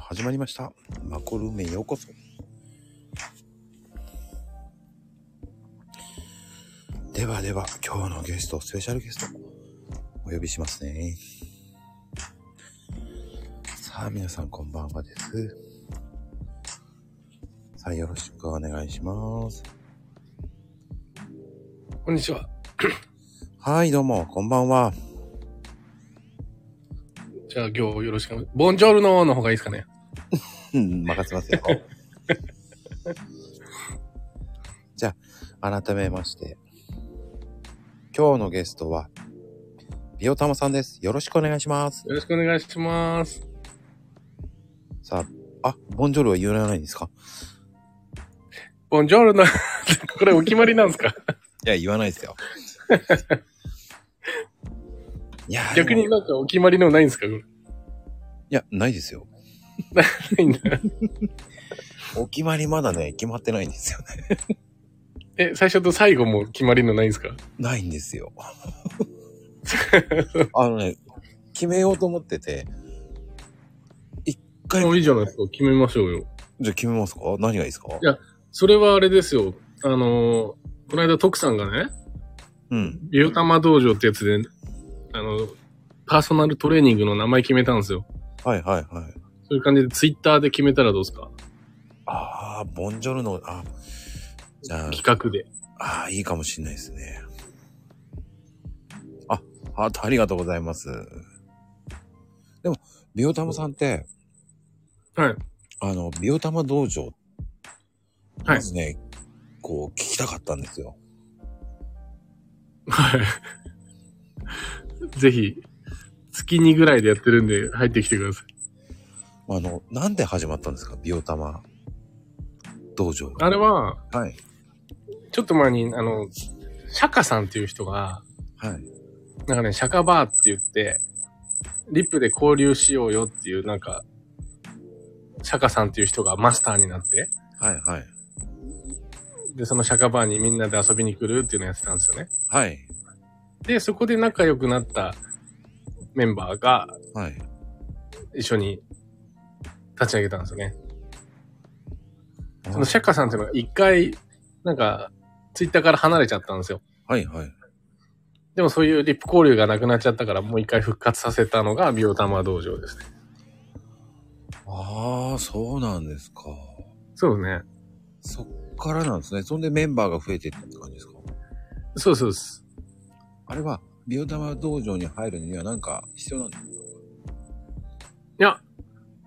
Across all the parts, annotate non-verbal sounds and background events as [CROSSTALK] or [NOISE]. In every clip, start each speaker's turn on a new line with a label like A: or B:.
A: 始まりました。マコルームへようこそ。ではでは、今日のゲスト、スペシャルゲスト、お呼びしますね。さあ、皆さんこんばんはです。さあ、よろしくお願いします。
B: こんにちは。
A: はい、どうも、こんばんは。
B: じゃあ今日よろしく。ボンジョルノの方がいいですかね。
A: うん、任せますよ。じゃあ、改めまして。今日のゲストは、ビオタマさんです。よろしくお願いします。
B: よろしくお願いします。
A: さあ、あ、ボンジョルは言わないんですか
B: ボンジョルノ、 [LAUGHS] これお決まりなんですか
A: いや、言わないですよ。いや、
B: 逆
A: で
B: に
A: も
B: なんかお決まりのないんですかこれ
A: いや、ないですよ。
B: ないんだ
A: お決まりまだね、決まってないんですよね。
B: え、最初と最後も決まりのないんですか
A: ないんです
B: [LAUGHS]
A: よ。あのね、決めようと思ってて、一回、
B: もういいじゃないですか。決めましょうよ。
A: じゃあ決めますか何がいいですか
B: やそれはあれですよ。あのーこの間徳さんがね、
A: うん。
B: ビオタマ道場ってやつで、あの、パーソナルトレーニングの名前決めたんですよ。
A: はいはいはい。
B: そういう感じでツイッターで決めたらどうですか
A: ああ、ボンジョルノ、あ、じゃあ
B: 企、画で。
A: ああ、いいかもしれないですね。あ、ハートありがとうございます。でも、ビオタマさんって、
B: はい。
A: あの、ビオタマ道場、
B: はい
A: まずね、こう、聞きたかったんですよ。
B: はい。ぜひ、月にぐらいでやってるんで、入ってきてください。
A: あの、なんで始まったんですかビオタマ道場が。
B: あれは、
A: はい。
B: ちょっと前に、あの、釈迦さんっていう人が、
A: はい。
B: なんかね、釈迦バーって言って、リップで交流しようよっていう、なんか、釈迦さんっていう人がマスターになって、
A: はいはい。
B: で、その釈迦バーにみんなで遊びに来るっていうのをやってたんですよね。
A: はい。
B: で、そこで仲良くなったメンバーが
A: はい。
B: 一緒に立ち上げたんですよね。その釈迦さんっていうのが一回、なんか、ツイッターから離れちゃったんですよ。
A: はいはい。
B: でもそういうリップ交流がなくなっちゃったから、もう一回復活させたのが美容玉道場ですね。
A: ああ、そうなんですか。
B: そうね。
A: そっからなんですね。そんでメンバーが増えていったって感じですか
B: そうそうです。
A: あれは、ビオタマ道場に入るにはなんか必要なんです
B: いや、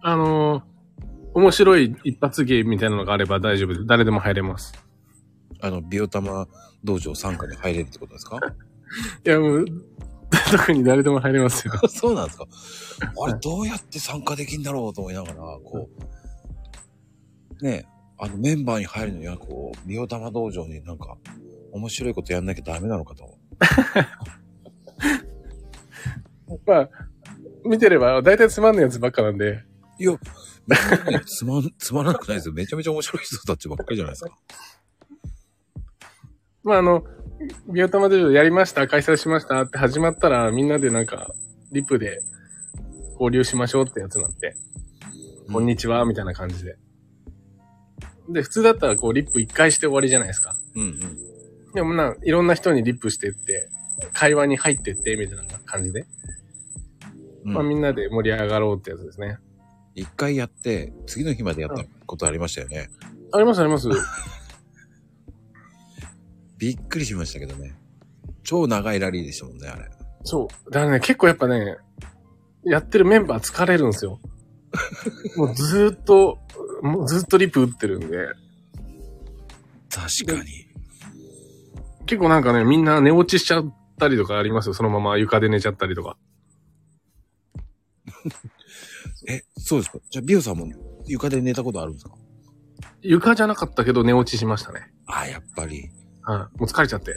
B: あのー面白い一発芸みたいなのがあれば大丈夫です。誰でも入れます。
A: あの、ビオタマ道場参加に入れるってことですか
B: いや、もう、 [LAUGHS] 特に誰でも入れますよ。
A: [LAUGHS] そうなんです [LAUGHS] かあれ、どうやって参加できんだろうと思いながら、こう、ねえ、あの、メンバーに入るのには、こう、ビオタマ道場になんか、面白いことやんなきゃダメなのかと。
B: まあ、見てれば大体つまんないやつばっかなんで、
A: い [LAUGHS] や、めちゃめちゃねつまん、つまらなくないですよ。めちゃめちゃ面白い人たちばっかりじゃないですか。
B: まああの、美容玉道場やりました、開催しましたって始まったら、みんなでなんか、リップで交流しましょうってやつなんで、
A: うん
B: こんにちは、みたいな感じで。で、普通だったらこう、リップ一回して終わりじゃないですか。
A: [LAUGHS] うんうん。
B: でもな、いろんな人にリップしてって、会話に入ってって、みたいな感じで、
A: うん
B: まあみんなで盛り上がろうってやつですね。
A: 一回やって、次の日までやったことありましたよね。
B: ありますあります。
A: びっくりしましたけどね。超長いラリーでしたもんね、あれ。
B: そう。だからね、結構やっぱね、やってるメンバー疲れるんですよ。もうずーっと、もうずーっとリップ打ってるんで、
A: 確かに。
B: 結構なんかね、みんな寝落ちしちゃったりとかありますよ。そのまま床で寝ちゃったりとか。
A: え、そうですか。じゃあ、ビオさんも床で寝たことあるんですか
B: 床じゃなかったけど寝落ちしましたね。
A: あ、やっぱり。
B: はい。もう疲れちゃって。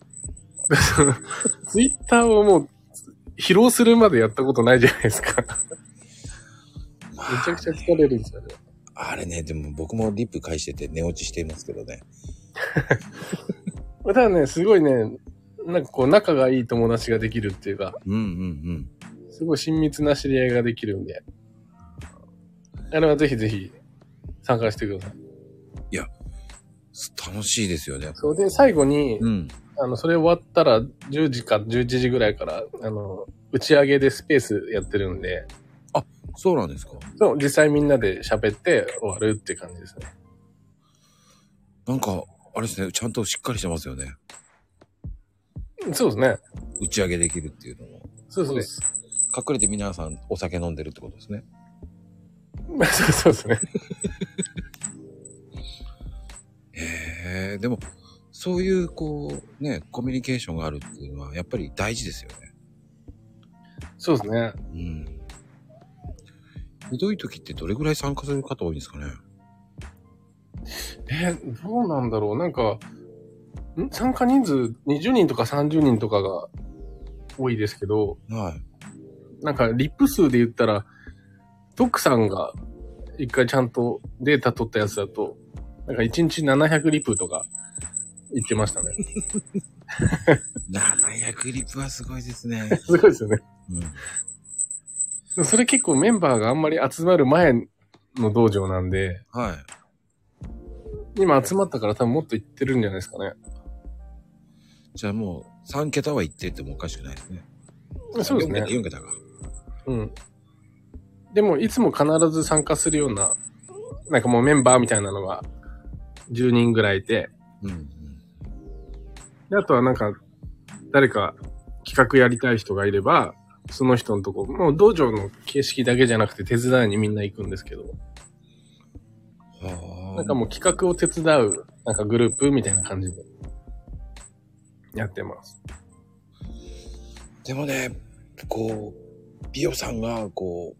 B: [LAUGHS] でそのツイッターをもう、疲労するまでやったことないじゃないですか。
A: ま
B: めちゃくちゃ
A: あね
B: 疲れるんですよね。
A: あれね、でも僕もリップ返してて寝落ちしていますけどね。
B: ただね、すごいね、なんかこう仲がいい友達ができるっていうか、
A: うんうんうん。
B: すごい親密な知り合いができるんで。あれはぜひぜひ参加してください。
A: 楽しいですよね。
B: そうで、最後に、
A: うん。
B: あの、それ終わったら10時か11時ぐらいから、あの、打ち上げでスペースやってるんで、
A: そうなんですか
B: そう実際みんなで喋って終わるって感じですね。
A: なんか、あれですね、ちゃんとしっかりしてますよね。
B: そうですね。
A: 打ち上げできるっていうのも。
B: そうそうです。
A: 隠れて皆さんお酒飲んでるってことですね。
B: そうそうですね。
A: へえ、でも、そういう、こう、ね、コミュニケーションがあるっていうのは、やっぱり大事ですよね。
B: [LAUGHS] そうですね。
A: うん。ひどい時ってどれぐらい参加する方多いんですかね
B: えーどうなんだろうなんか、ん参加人数20人とか30人とかが多いですけど、
A: はい。
B: なんかリップ数で言ったら、ドックさんが一回ちゃんとデータ取ったやつだと、なんか1日700リップとか言ってましたね。
A: 700リップはすごいです
B: [LAUGHS]
A: ね。
B: すごいですよね。
A: うん。
B: でもそれ結構メンバーがあんまり集まる前の道場なんで、
A: はい。
B: 今集まったから多分もっと行ってるんじゃないですかね。
A: じゃあもう、3桁は行ってってもおかしくないですね。
B: そうですね。
A: 4桁4桁か。
B: うん。でも、いつも必ず参加するような、なんかもうメンバーみたいなのが10人ぐらいいて、
A: うん、うん。
B: で、あとはなんか、誰か企画やりたい人がいれば、その人のとこ、もう道場の形式だけじゃなくて手伝いにみんな行くんですけど、
A: はあ。
B: なんかもう企画を手伝う、なんかグループみたいな感じで、やってます。
A: でもね、こう、美容さんが、こ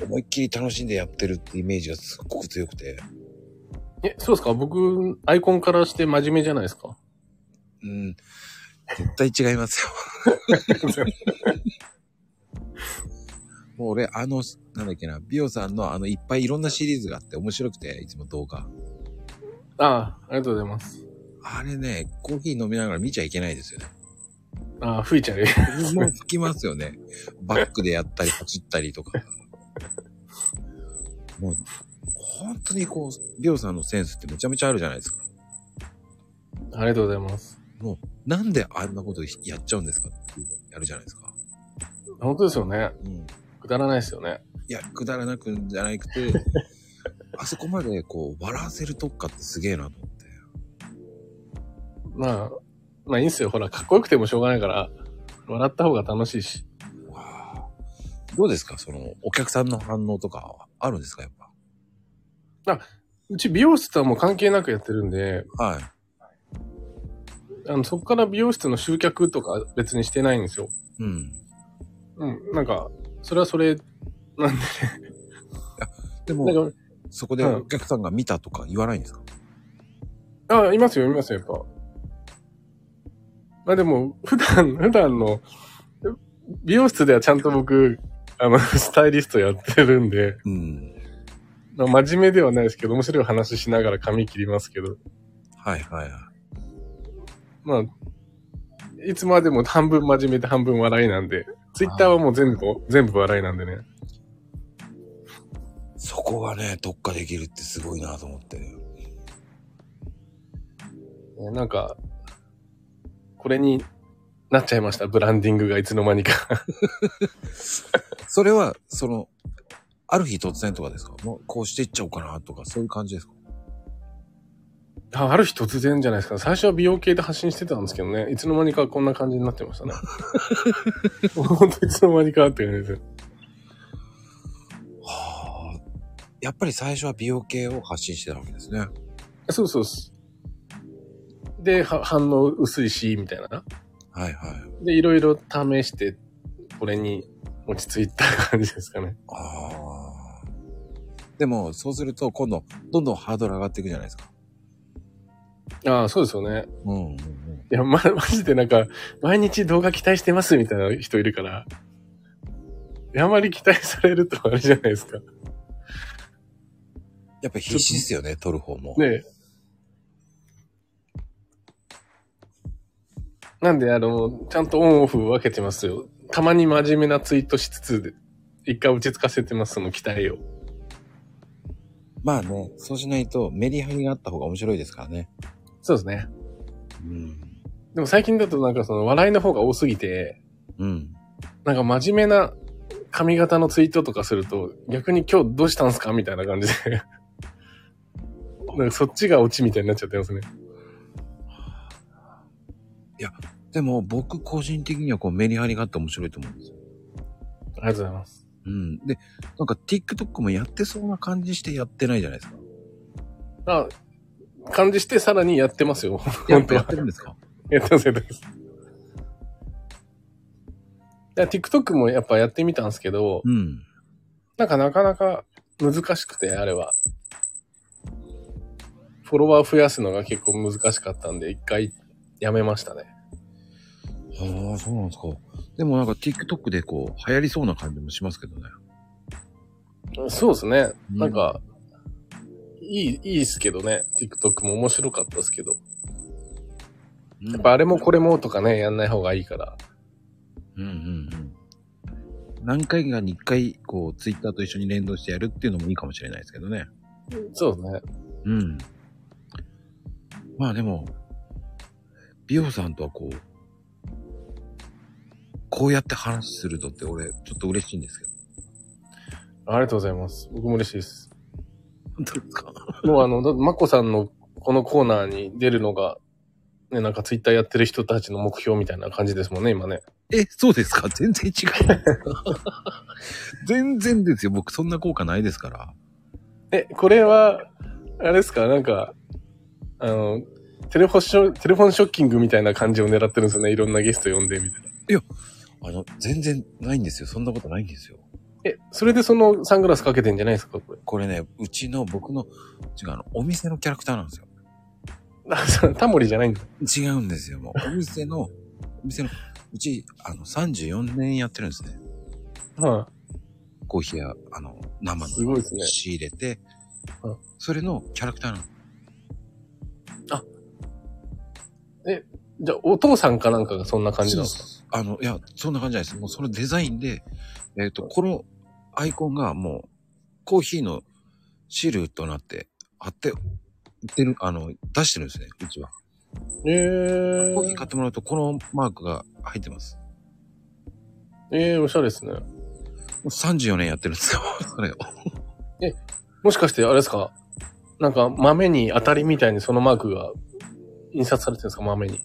A: う、思いっきり楽しんでやってるってイメージがすっごく強くて、
B: え、そうですか僕、アイコンからして真面目じゃないですか
A: うん、絶対違いますよ。もう俺、あの、なんだっけな、美容さんのあの、いっぱいいろんなシリーズがあって面白くて、いつも動画。
B: ああ、ありがとうございます。
A: あれね、コーヒー飲みながら見ちゃいけないですよね。
B: ああ、吹いちゃうよ。 [LAUGHS]
A: もう吹きますよね。バックでやったり、走ったりとか。もう、本当にこう、美容さんのセンスってめちゃめちゃあるじゃないですか。
B: ありがとうございます。
A: なんであんなことやっちゃうんですかっていうのやるじゃないですか。
B: 本当ですよね。
A: うん。
B: くだらないですよね。
A: いや、くだらなくんじゃなくて、あそこまでこう、笑わせる特化ってすげえなと思って。
B: まあ、まあいいんすよ。ほら、かっこよくてもしょうがないから、笑った方が楽しいし。
A: わあどうですかその、お客さんの反応とかはあるんですかやっ
B: うち美容室とはもう関係なくやってるんで、
A: ぱ。はい。
B: あの、そこから美容室の集客とか別にしてないんですよ。
A: うん。
B: うん。なんか、それはそれ、なんで、
A: でも、
B: なん
A: そこでお客さんが見たとか言わないんですか、
B: か、あ、いますよ、いますよ、やっぱ。まあでも、普段、 [LAUGHS] 普段の、美容室ではちゃんと僕、あの、 [LAUGHS] スタイリストやってるんで、
A: うん。
B: まあ真面目ではないですけど、面白い話しながら髪切りますけど、
A: はいはいはい。
B: まあ、いつまでも半分真面目で半分笑いなんで、ツイッターはもう全部、全部笑いなんでね。
A: そこがね、特化できるってすごいなと思って。
B: なんか、これになっちゃいました、ブランディングがいつの間にか。
A: それは、その、ある日突然とかですかもう、こうしていっちゃおうかなとか、そういう感じですか
B: あある日突然じゃないですか。最初は美容系で発信してたんですけどね、いつの間にかこんな感じになってましたね。ほんといつの間にかって感じですよ。
A: はあ。やっぱり最初は美容系を発信してたわけですね。
B: そうそうです。で、は反応薄いし、みたいな。
A: はいはい。
B: で、いろいろ試して、これに落ち着いた感じですかね。
A: ああ。でも、そうすると、今度、どんどんハードル上がっていくじゃないですか。
B: ああ、そうですよね。
A: うんうんうん。
B: いや、ま、マジでなんか、毎日動画期待してますみたいな人いるから、いやあまり期待されるとあれじゃないですか。ね
A: やっぱ必死ですよね、撮る方も。
B: え。なんで、あの、ちゃんとオンオフ分けてますよ。たまに真面目なツイートしつつで、一回落ち着かせてます、その期待を。
A: まあね、そうしないとメリハリがあった方が面白いですからね。
B: そうですね。
A: うん。
B: でも最近だとなんかその笑いの方が多すぎて、
A: うん。
B: なんか真面目な髪型のツイートとかすると、逆に今日どうしたんすかみたいな感じで。なんかそっちがオチみたいになっちゃってますね。
A: でも僕個人的にはこうメリハリがあって面白いと思うんですよ。
B: ありがとうございます。
A: うん。で、なんか TikTok もやってそうな感じしてやってないじゃないですか。
B: あ、感じしてさらにやってますよ。本当
A: や
B: は
A: っ。てるんですか
B: やってます、やってます。いや TikTok もやっぱやってみたんですけど、
A: うん。
B: なんかなかなか難しくて、あれは。フォロワー増やすのが結構難しかったんで、一回やめましたね。
A: ああ、そうなんですか。でもなんか TikTok でこう流行りそうな感じもしますけどね。
B: そうですね。
A: うん
B: なんか、いい、いいっすけどね。TikTok も面白かったっすけど。
A: うん
B: やっぱあれもこれもとかね、やんない方がいいから。
A: うんうんうん。何回かに1回、こう、ツイッターと一緒に連動してやるっていうのもいいかもしれないですけどね。
B: そうですね。
A: うん。まあでも、美穂さんとはこう、こうやって話するとって俺、ちょっと嬉しいんですけど。
B: ありがとうございます。僕も嬉しいです。
A: 本当ですか
B: もうあの、だマコさんのこのコーナーに出るのが、ね、なんかツイッターやってる人たちの目標みたいな感じですもんね、今ね。
A: え、そうですか全然違 [LAUGHS] う。全然ですよ。僕そんな効果ないですから。
B: え、これは、あれですかなんか、あの、テレフォンショ、テレフォンショッキングみたいな感じを狙ってるんですよね。いろんなゲスト呼んで、みたいな。
A: あの、全然ないんですよ。そんなことないんですよ。
B: え、それでそのサングラスかけてんじゃないですかこれ。
A: これね、うちの僕の、違うあの、お店のキャラクターなんですよ。
B: あそうタモリじゃないんだ。
A: 違うんですよ。
B: [LAUGHS]
A: もう、お店の、お店の、うち、あの、34年やってるんですね。
B: は
A: コーヒーや、あの、生
B: すごいです
A: の
B: ね
A: 仕入れて、
B: うん
A: それのキャラクターなの。
B: い。じゃあ、お父さんかなんかがそんな感じなんですか
A: あの、いや、そんな感じじゃないです。もうそのデザインで、えっ、と、このアイコンがもう、コーヒーのシールとなって、貼って、売ってる、あの、出してるんですね、うちは。
B: え
A: コーヒー買
B: ー
A: っ、てもらうと、このマークが入ってます。
B: えー、おしゃれですね。
A: 34年やってるんですよ、 [LAUGHS] それを。
B: もしかして、あれですかなんか、豆に当たりみたいにそのマークが印刷されてるんですか豆に。
A: い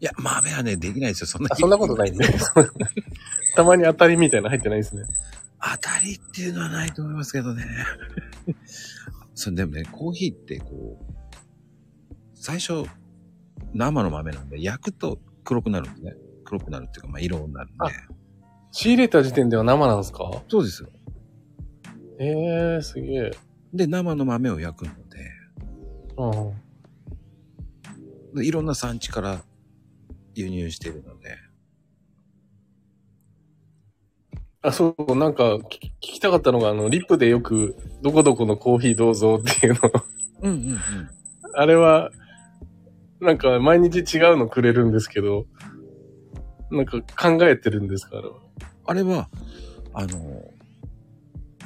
A: や、豆はね、できないですよ、そんな
B: あ、そんなことないんで。たまに当たりみたいなの入ってないですね。
A: 当たりっていうのはないと思いますけどね。 [LAUGHS] そう、でもね、コーヒーってこう、最初、生の豆なんで、焼くと黒くなるんですね。黒くなるっていうか、まあ、色になるん
B: あ
A: で。
B: 仕入れた時点では生なんですか
A: そうですよ。
B: ええー、すげえ。
A: で、生の豆を焼くので
B: うん。
A: で、いろんな産地から輸入してるので、
B: あ、そう、なんか、聞き聞きたかったのが、あの、リップでよく、どこどこのコーヒーどうぞっていうの。 [LAUGHS]
A: うんうんうん。
B: あれは、なんか、毎日違うのくれるんですけど、なんか、考えてるんですかあれは。
A: あれは、あの、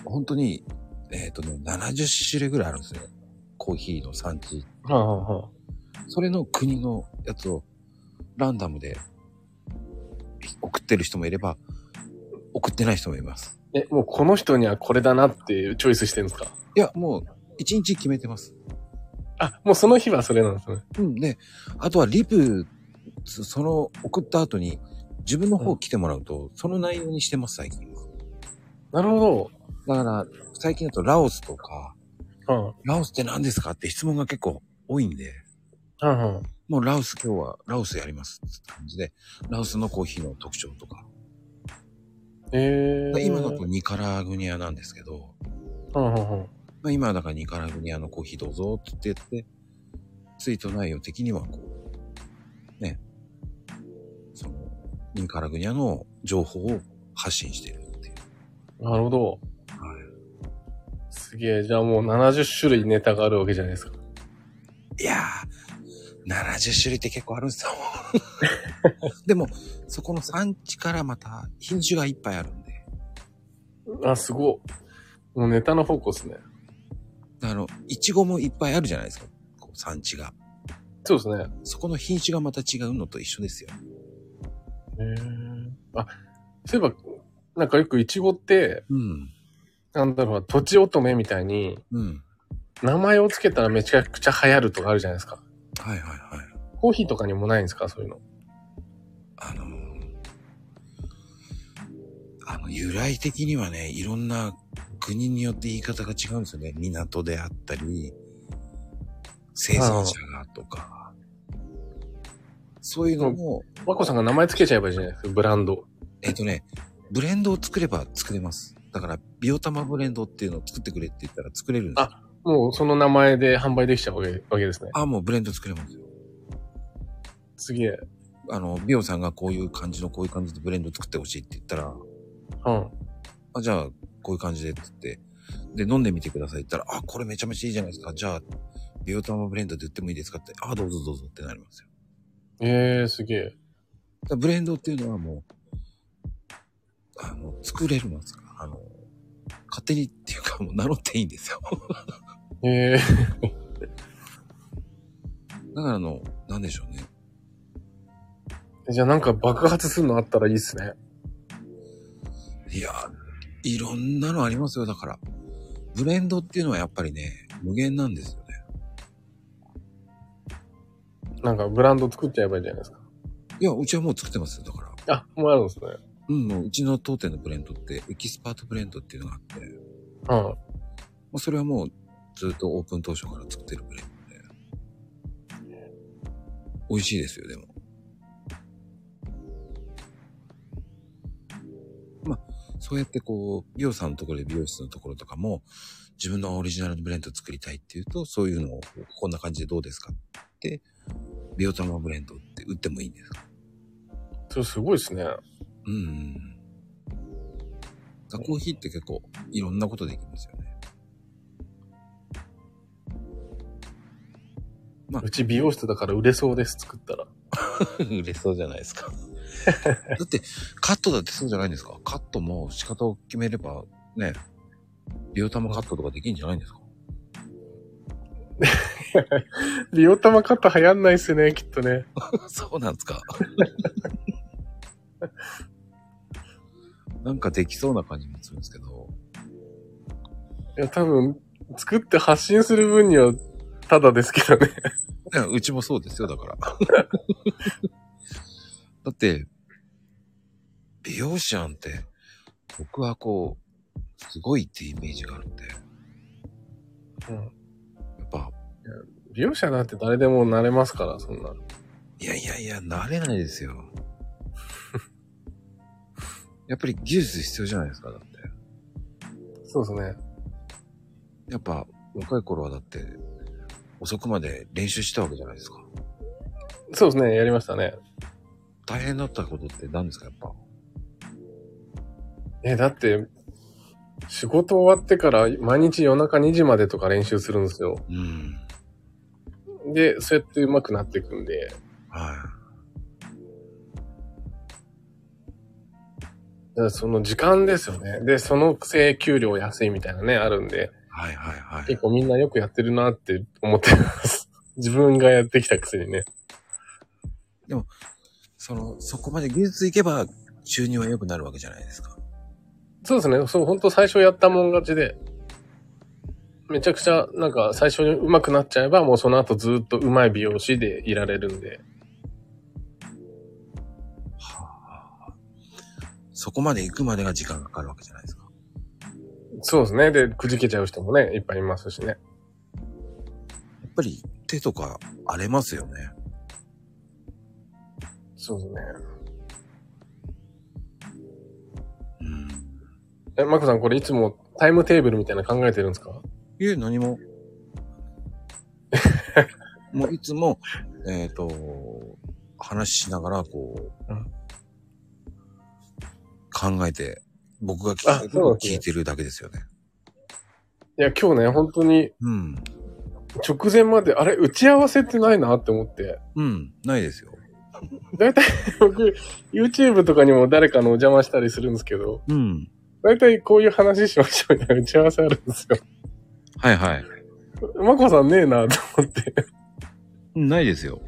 A: 本当に、えっ、とね、70種類ぐらいあるんですよ。コーヒーの産地
B: はあ、はあはあ、
A: それの国のやつをランダムで送ってる人もいれば、送ってない人もいます。
B: え、もうこの人にはこれだなっていうチョイスしてるんですか
A: いや、もう、一日決めてます。
B: あ、もうその日はそれなんですね。
A: うん、で、あとはリプ、そその、送った後に、自分の方来てもらうと、その内容にしてます、最近は。
B: なるほ
A: だから、最近だとラオスとか、
B: ど。は
A: ラオスって何ですかって質問が結構多いんで、
B: あ、はあ、はあ。
A: もうラオス今日はラオスやりますって感じで、ラオスのコーヒーの特徴とか。
B: ええー。
A: 今だとニカラグニアなんですけど、
B: はあ、はあ、はあ。
A: まあ、今はだからニカラグニアのコーヒーどうぞって言って、ツイート内容的にはこう、ね、その、ニカラグニアの情報を発信してるっていう。
B: なるほど。
A: は
B: すげえ。じゃあもう70種類ネタがあるわけじゃないですか。
A: い、いやー、70種類って結構あるんす [LAUGHS] よ。でも、そこの産地からまた品種がいっぱいあるんで。
B: あ、すごっ。もうネタの方向ですね。
A: あの、いちごもいっぱいあるじゃないですか。こう産地が。
B: そうですね。
A: そこの品種がまた違うのと一緒ですよ。
B: あ、そういえば、なんかよくイチゴって、
A: うん。
B: なんだろう、土地乙女みたいに、
A: うん。
B: 名前をつけたらめちゃくちゃ流行るとかあるじゃないですか。
A: はいはいはい。
B: コーヒーとかにもないんですかそういうの。
A: あのあの、由来的にはね、いろんな国によって言い方が違うんですよね。港であったり、生産者がとか。そういうのも、
B: 和子さんが名前つけちゃえばいいじゃないですか、ブランド。
A: えっとね、ブレンドを作れば作れます。だから、ビオタマブレンドっていうのを作ってくれって言ったら作れるんですよ。
B: もうその名前で販売できちゃうわけわけですね。
A: ああ、もうブレンド作れますよ。
B: すげえ。
A: あの、ビオさんがこういう感じのこういう感じでブレンド作ってほしいって言ったら、
B: うん。
A: あ、じゃあ、こういう感じでってって、で、飲んでみてくださいって言ったら、あ、これめちゃめちゃいいじゃないですか。じゃあ、ビオタマブレンドで売ってもいいですかって、あ、どうぞどうぞってなりますよ。
B: ええすげえ。
A: だからブレンドっていうのはもう、あの、作れるんですからあの、勝手にっていうかもう名乗っていいんですよ。 [LAUGHS]
B: ええ
A: だからあの、なんでしょうね。
B: [LAUGHS] じゃあなんか爆発するのあったらいいっすね。
A: いや、いろんなのありますよ。だから、ブレンドっていうのはやっぱりね、無限なんですよね。
B: なんかブランド作っちゃえばいいじゃないですか。
A: いや、うちはもう作ってますよ。だから。
B: あ、もうあるんですね。
A: うん、もううちの当店のブレンドって、エキスパートブレンドっていうのがあって、
B: うん。
A: まあ、それはもうずっとオープン当初から作ってるブレンドで。美味しいですよ、でも。まあ、そうやってこう、美容さんのところで美容室のところとかも、自分のオリジナルのブレンドを作りたいっていうと、そういうのをこんな感じでどうですかって、美容玉ブレンドって売ってもいいんですか
B: それすごいっすね。
A: うんうんうん。だからコーヒーって結構いろんなことできますよね。
B: うち美容室だから売れそうです、作ったら。
A: 嬉しそうじゃないです [LAUGHS] か。だって、カットだってそうじゃないんですかカットも仕方を決めれば、ね、ビオタマカットとかできんじゃないんですか
B: 美容玉カット流行んないっすね、きっとね。
A: [LAUGHS] そうなんですか [LAUGHS] なんかできそうな感じもするんですけど、
B: いや、多分、作って発信する分には、ただですけどね。 [LAUGHS]
A: いやうちもそうですよ、だ [LAUGHS] から。だって、美容師なんて、僕はこう、すごいってイメージがあるんで、や
B: うん。
A: っぱ、
B: 美容師なんて誰でもなれますから、そんな。
A: いやいやいや、慣れないですよ。 [LAUGHS] やっぱり技術必要じゃないですか、だって。
B: そうですね。
A: やっぱ、若い頃はだって、遅くまで練習したわけじゃないですか。
B: そうですね、やりましたね。
A: 大変だったことって何ですか、やっぱ。
B: え、だって、仕事終わってから毎日夜中2時までとか練習するんですよ。
A: うん。
B: で、そうやって上手くなっていくんで、
A: は
B: だからその時間ですよね。で、そのくせ給料安いみたいなね、あるんで、
A: い。はいはいはい。
B: 結構みんなよくやってるなって思ってます。 [LAUGHS] 自分がやってきたくせにね。
A: その、そこまで技術いけば、収入は良くなるわけじゃないですか。
B: そうですね。そう、本当最初やったもん勝ちで、めちゃくちゃ、なんか最初に上手くなっちゃえば、もうその後ずっと上手い美容師でいられるんで。
A: そこまで行くまでが時間がかかるわけじゃないですか。
B: そうですね。で、くじけちゃう人もね、いっぱいいますしね。
A: やっぱり、手とか荒れますよね。
B: そうですね。
A: うん。
B: え、マコさん、これいつもタイムテーブルみたいなの考えてるんですか
A: いえ、何 [LAUGHS] も。もういつも、えっ、と、話しながら、こう
B: うん、
A: 考えて、僕が聞きたいことを
B: あそうですね
A: 聞いてるだけですよね。
B: いや、今日ね、本当に
A: うん。
B: 直前まで、あれ、打ち合わせってないなって思って。
A: うん。ないですよ。
B: だいたい僕、YouTube とかにも誰かのお邪魔したりするんですけど、
A: うん。
B: だいたいこういう話しましょうみたいな打ち合わせあるんですよ。
A: はいはい。
B: まこさんねえなと思って。だか
A: ないですよ。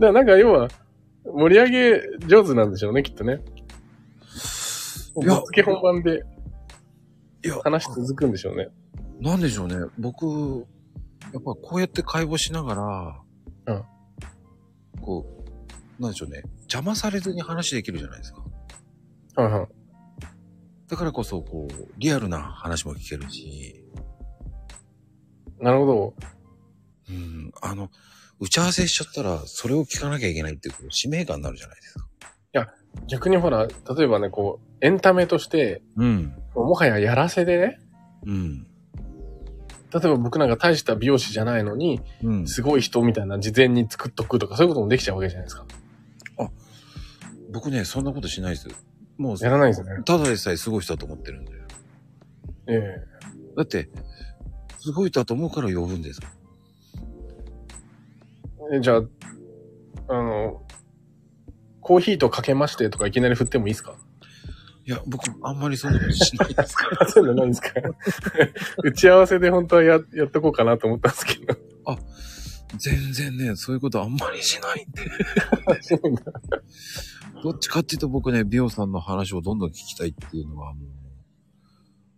B: らなんか要は、盛り上げ上手なんでしょうね、きっとね。
A: い
B: ぶ
A: や
B: っつけ本番で
A: いや、
B: 話続くんでしょうね。
A: なんでしょうね。僕、やっぱこうやって会話しながら、
B: うん
A: こう、なんでしょうね。邪魔されずに話できるじゃないですか。
B: はいはい。
A: だからこそ、こう、リアルな話も聞けるし、
B: なるほど。
A: うん、あの、打ち合わせしちゃったら、それを聞かなきゃいけないっていう、こう使命感になるじゃないですか。
B: 逆にほら、例えばね、こう、エンタメとして、
A: うん。
B: もはややらせでね、
A: うん。
B: 例えば僕なんか大した美容師じゃないのに、
A: うん。
B: すごい人みたいな事前に作っとくとか、そういうこともできちゃうわけじゃないですか。
A: 僕ね、そんなことしないです。もう、
B: やらないですね。
A: ただでさえすごい人だと思ってるんで。
B: ええ
A: だって、すごい人だと思うから呼ぶんです。
B: えじゃあ、あの、コーヒーとかけましてとかいきなり振ってもいいですか [LAUGHS]
A: いや、僕、あんまりそんなことしないですから。
B: そういうのないんですか [LAUGHS] 打ち合わせで本当はや、やっとこうかなと思ったんですけど。
A: [LAUGHS]
B: [LAUGHS]
A: 全然ね、そういうことあんまりしないんで。
B: は
A: どっちかっていうと僕ね、美容さんの話をどんどん聞きたいっていうのはもう、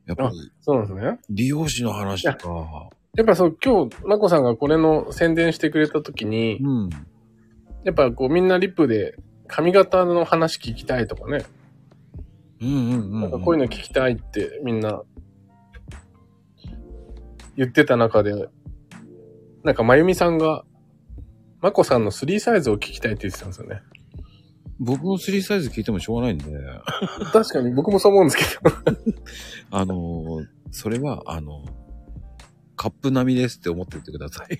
A: やっぱり
B: そうなんですね。
A: 美容師の話とか、
B: やっぱそう、今日、まこさんがこれの宣伝してくれた時に、
A: うん。
B: やっぱこうみんなリップで髪型の話聞きたいとかね、
A: うんうんうん。
B: なんかこういうの聞きたいってみんな言ってた中で、なんかまゆみさんが、まこさんの3サイズを聞きたいって言ってたんですよね。
A: 僕の3サイズ聞いてもしょうがないんで、 [LAUGHS]
B: 確かに僕もそう思うんですけど。 [LAUGHS]
A: あのー、それは、あのー、カップ並みですって思っておいてくださ
B: [LAUGHS]
A: い。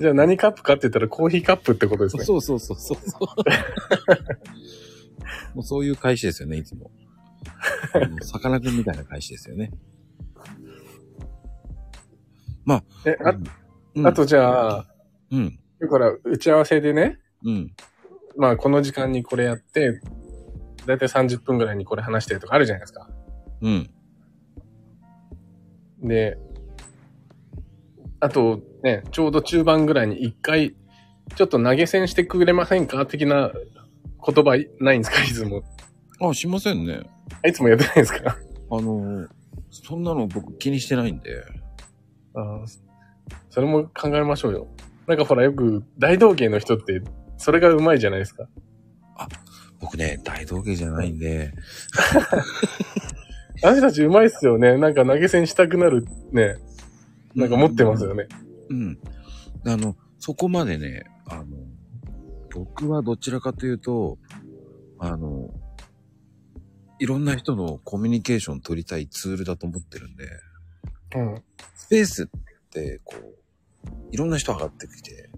B: じゃあ何カップかって言ったらコーヒーカップってことですね。
A: そうそうそう
B: [LAUGHS]
A: そうそう。もうそういう返しですよね、いつも。あのさかなクンみたいな返しですよね。
B: えあ
A: うん
B: あとじゃあ、
A: うん。
B: だから打ち合わせでね、
A: うん。
B: まあこの時間にこれやって、だいたい30分ぐらいにこれ話してとかあるじゃないですか。
A: うん。
B: で、あとね、ちょうど中盤ぐらいに一回、ちょっと投げ銭してくれませんか的な言葉いないんですかいつも。
A: あ、しませんね。
B: あいつもやってないですか
A: あの、そんなの僕気にしてないんで。
B: ああそれも考えましょうよ。なんかほらよく大道芸の人って、それがうまいじゃないですか。
A: 僕ね、大道芸じゃないんで、
B: あの人たちうまいっすよね。なんか投げ銭したくなるね。なんか持ってますよね。
A: うん。あの、そこまでね、あの、僕はどちらかというと、あの、いろんな人のコミュニケーション取りたいツールだと思ってるんで、
B: うん。うん
A: スペースって、こう、いろんな人上がってきて、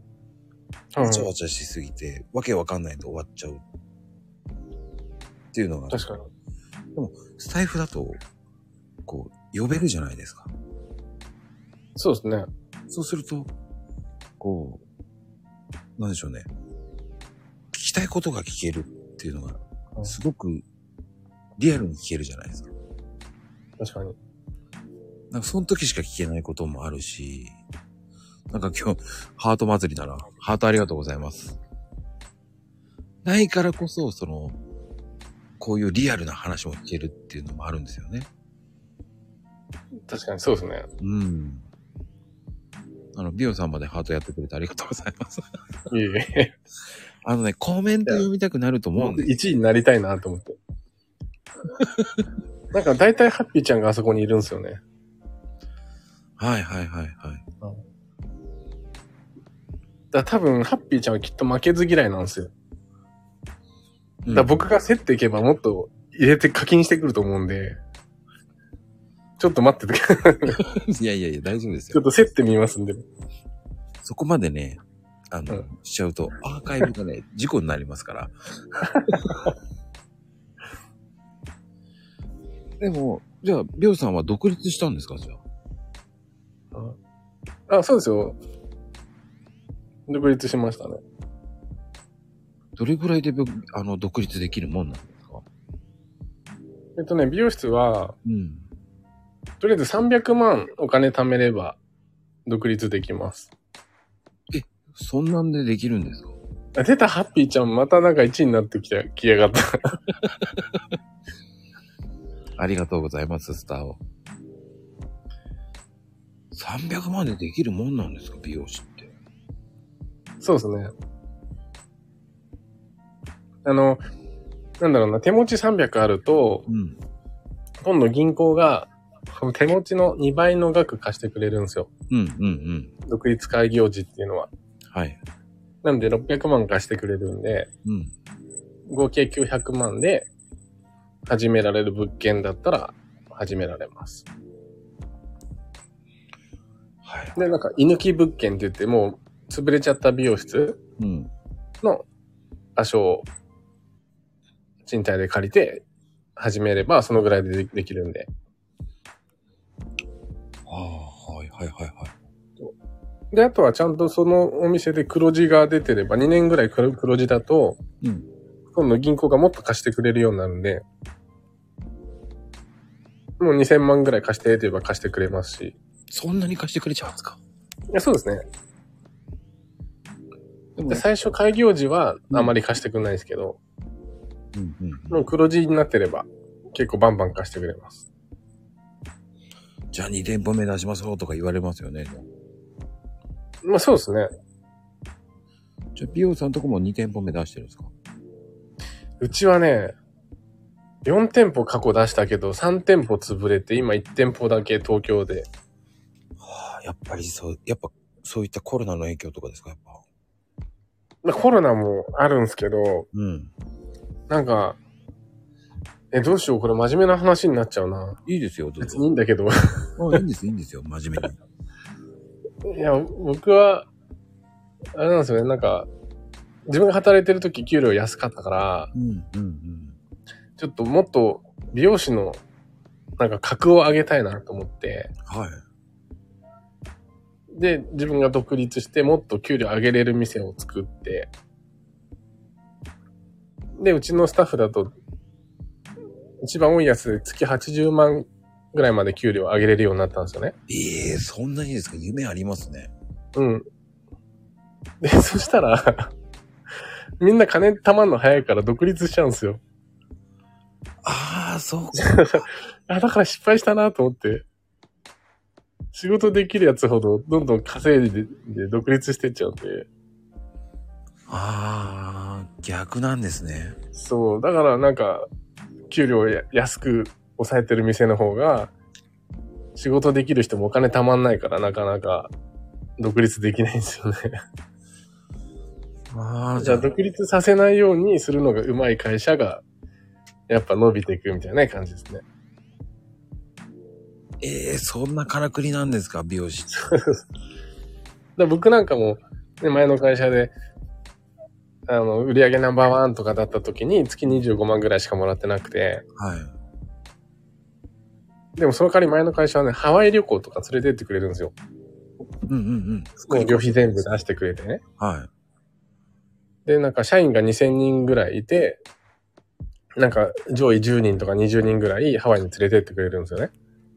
A: わちゃわちゃしすぎて、わけわかんないで終わっちゃう。っていうのが、
B: 確かに。
A: スタイフだと、こう、呼べるじゃないですか。
B: そうですね。
A: そうすると、こう、なんでしょうね。聞きたいことが聞けるっていうの
B: う
A: が、
B: ん
A: すごくリアルに聞けるじゃないですか。
B: 確かに。
A: なんかその時しか聞けないこともあるし、なんか今日、ハート祭りだな。ハートありがとうございます。ないからこそ、その、こういうリアルな話も聞けるっていうのもあるんですよね。
B: 確かにそうですね。
A: うん。あの、ビオさんまでハートやってくれてありがとうございます。
B: いえいえ。
A: あのね、コメント読みたくなると思うんです
B: 1位になりたいなと思って。 [LAUGHS] なんか大体ハッピーちゃんがあそこにいるんですよね。
A: はいはいはいはい。
B: だから多分ハッピーちゃんはきっと負けず嫌いなんですよ。だから僕が競っていけばもっと入れて課金してくると思うんで、ちょっと待ってて、
A: うん、いやいやいや、大丈夫です
B: ちょ
A: よ
B: っ。と競ってみますんで。
A: そこまでね、あの、
B: うん
A: しちゃうと、アーカイブがね、事故になります
B: [LAUGHS]
A: から。でも、じゃあ、ビョウさんは独立したんですかじゃあ。
B: あ、そうですよ。独立しましたね。
A: どれぐらいで、あの、独立できるもんなんですか
B: えっとね、美容室は、
A: うん。
B: とりあえず300万お金貯めれば、独立できます。
A: そんなんでできるんですか
B: あ出たハッピーちゃん、またなんか1位になってきやきやがった。 [LAUGHS]
A: ありがとうございます、スターを。300万でできるもんなんですか美容師って。
B: そうですね。あの、なんだろうな、手持ち300あると、
A: うん。
B: 今度銀行が、この手持ちの2倍の額貸してくれるんですよ。
A: うん、うん、うん。
B: 独立開業時っていうのは。
A: はい。
B: なんで600万貸してくれるんで、
A: うん。
B: 合計900万で始められる物件だったら始められます。
A: はい。
B: で、なんか、居抜き物件って言って、もう潰れちゃった美容室
A: うん。
B: の場所を賃貸で借りて始めれば、そのぐらいででできるんで。
A: ああ、はい、はい、はい、はい。
B: で、あとはちゃんとそのお店で黒字が出てれば、2年ぐらい黒黒字だと、
A: うん
B: 今度銀行がもっと貸してくれるようになるんで、もう2000万ぐらい貸してと言えば貸してくれますし。
A: そんなに貸してくれちゃうんですか
B: いや、そうですね。
A: でも
B: で最初開業時はあまり貸してくれないですけど、
A: うん、うん。
B: もう黒字になってれば結構バンバン貸してくれます。
A: じゃあ2店舗目出しますよとか言われますよね。
B: まあそうですね。
A: じゃあ、美容さんとこも2店舗目出してるんですか
B: うちはね、4店舗過去出したけど、3店舗潰れて、今1店舗だけ東京で。
A: ああ、やっぱりそう、やっぱそういったコロナの影響とかですかやっぱ。
B: まあコロナもあるんですけど、
A: うん。
B: なんか、え、どうしよう、これ真面目な話になっちゃうな。
A: いいですよ、どう
B: 別
A: ぞ。
B: にいいんだけど。
A: あいいんです、いいんですよ、真面目に。
B: いや、僕は、あれなんですよね、なんか、自分が働いてる時給料安かったから、
A: うん、うん、うん。
B: ちょっともっと美容師のなんか格を上げたいなと思って、
A: はい。
B: で、自分が独立してもっと給料上げれる店を作って、で、うちのスタッフだと、一番多いやつで月80万ぐらいまで給料上げれるようになったんですよね。
A: ええそんなにですか夢ありますね。
B: うん。で、そしたら、 [LAUGHS] みんな金貯まんの早いから独立しちゃうんですよ。
A: ああ、そうか。
B: あ、だから失敗したなと思って。仕事できるやつほどどんどん稼いでで独立してっちゃうんで。
A: ああ、逆なんですね。
B: そう。だからなんか、給料をや安く抑えてる店の方が、仕事できる人もお金貯まんないからなかなか独立できないんですよね。
A: ああ、
B: じゃあ独立させないようにするのがうまい会社が、やっぱ伸びていくみたいな感じですね。
A: ええそんなからくりなんですか美容師。
B: だから僕なんかも、ね、前の会社で、あの、売り上げナンバーワンとかだった時に月25万ぐらいしかもらってなくて、
A: はい。
B: でもその代わり前の会社はね、ハワイ旅行とか連れてってくれるんですよ。
A: うんうんうん。
B: もう旅費全部出してくれてね。
A: は
B: で、なんか社員が2000人ぐらいいて、なんか上位10人とか20人ぐらいハワイに連れてってくれるんですよね。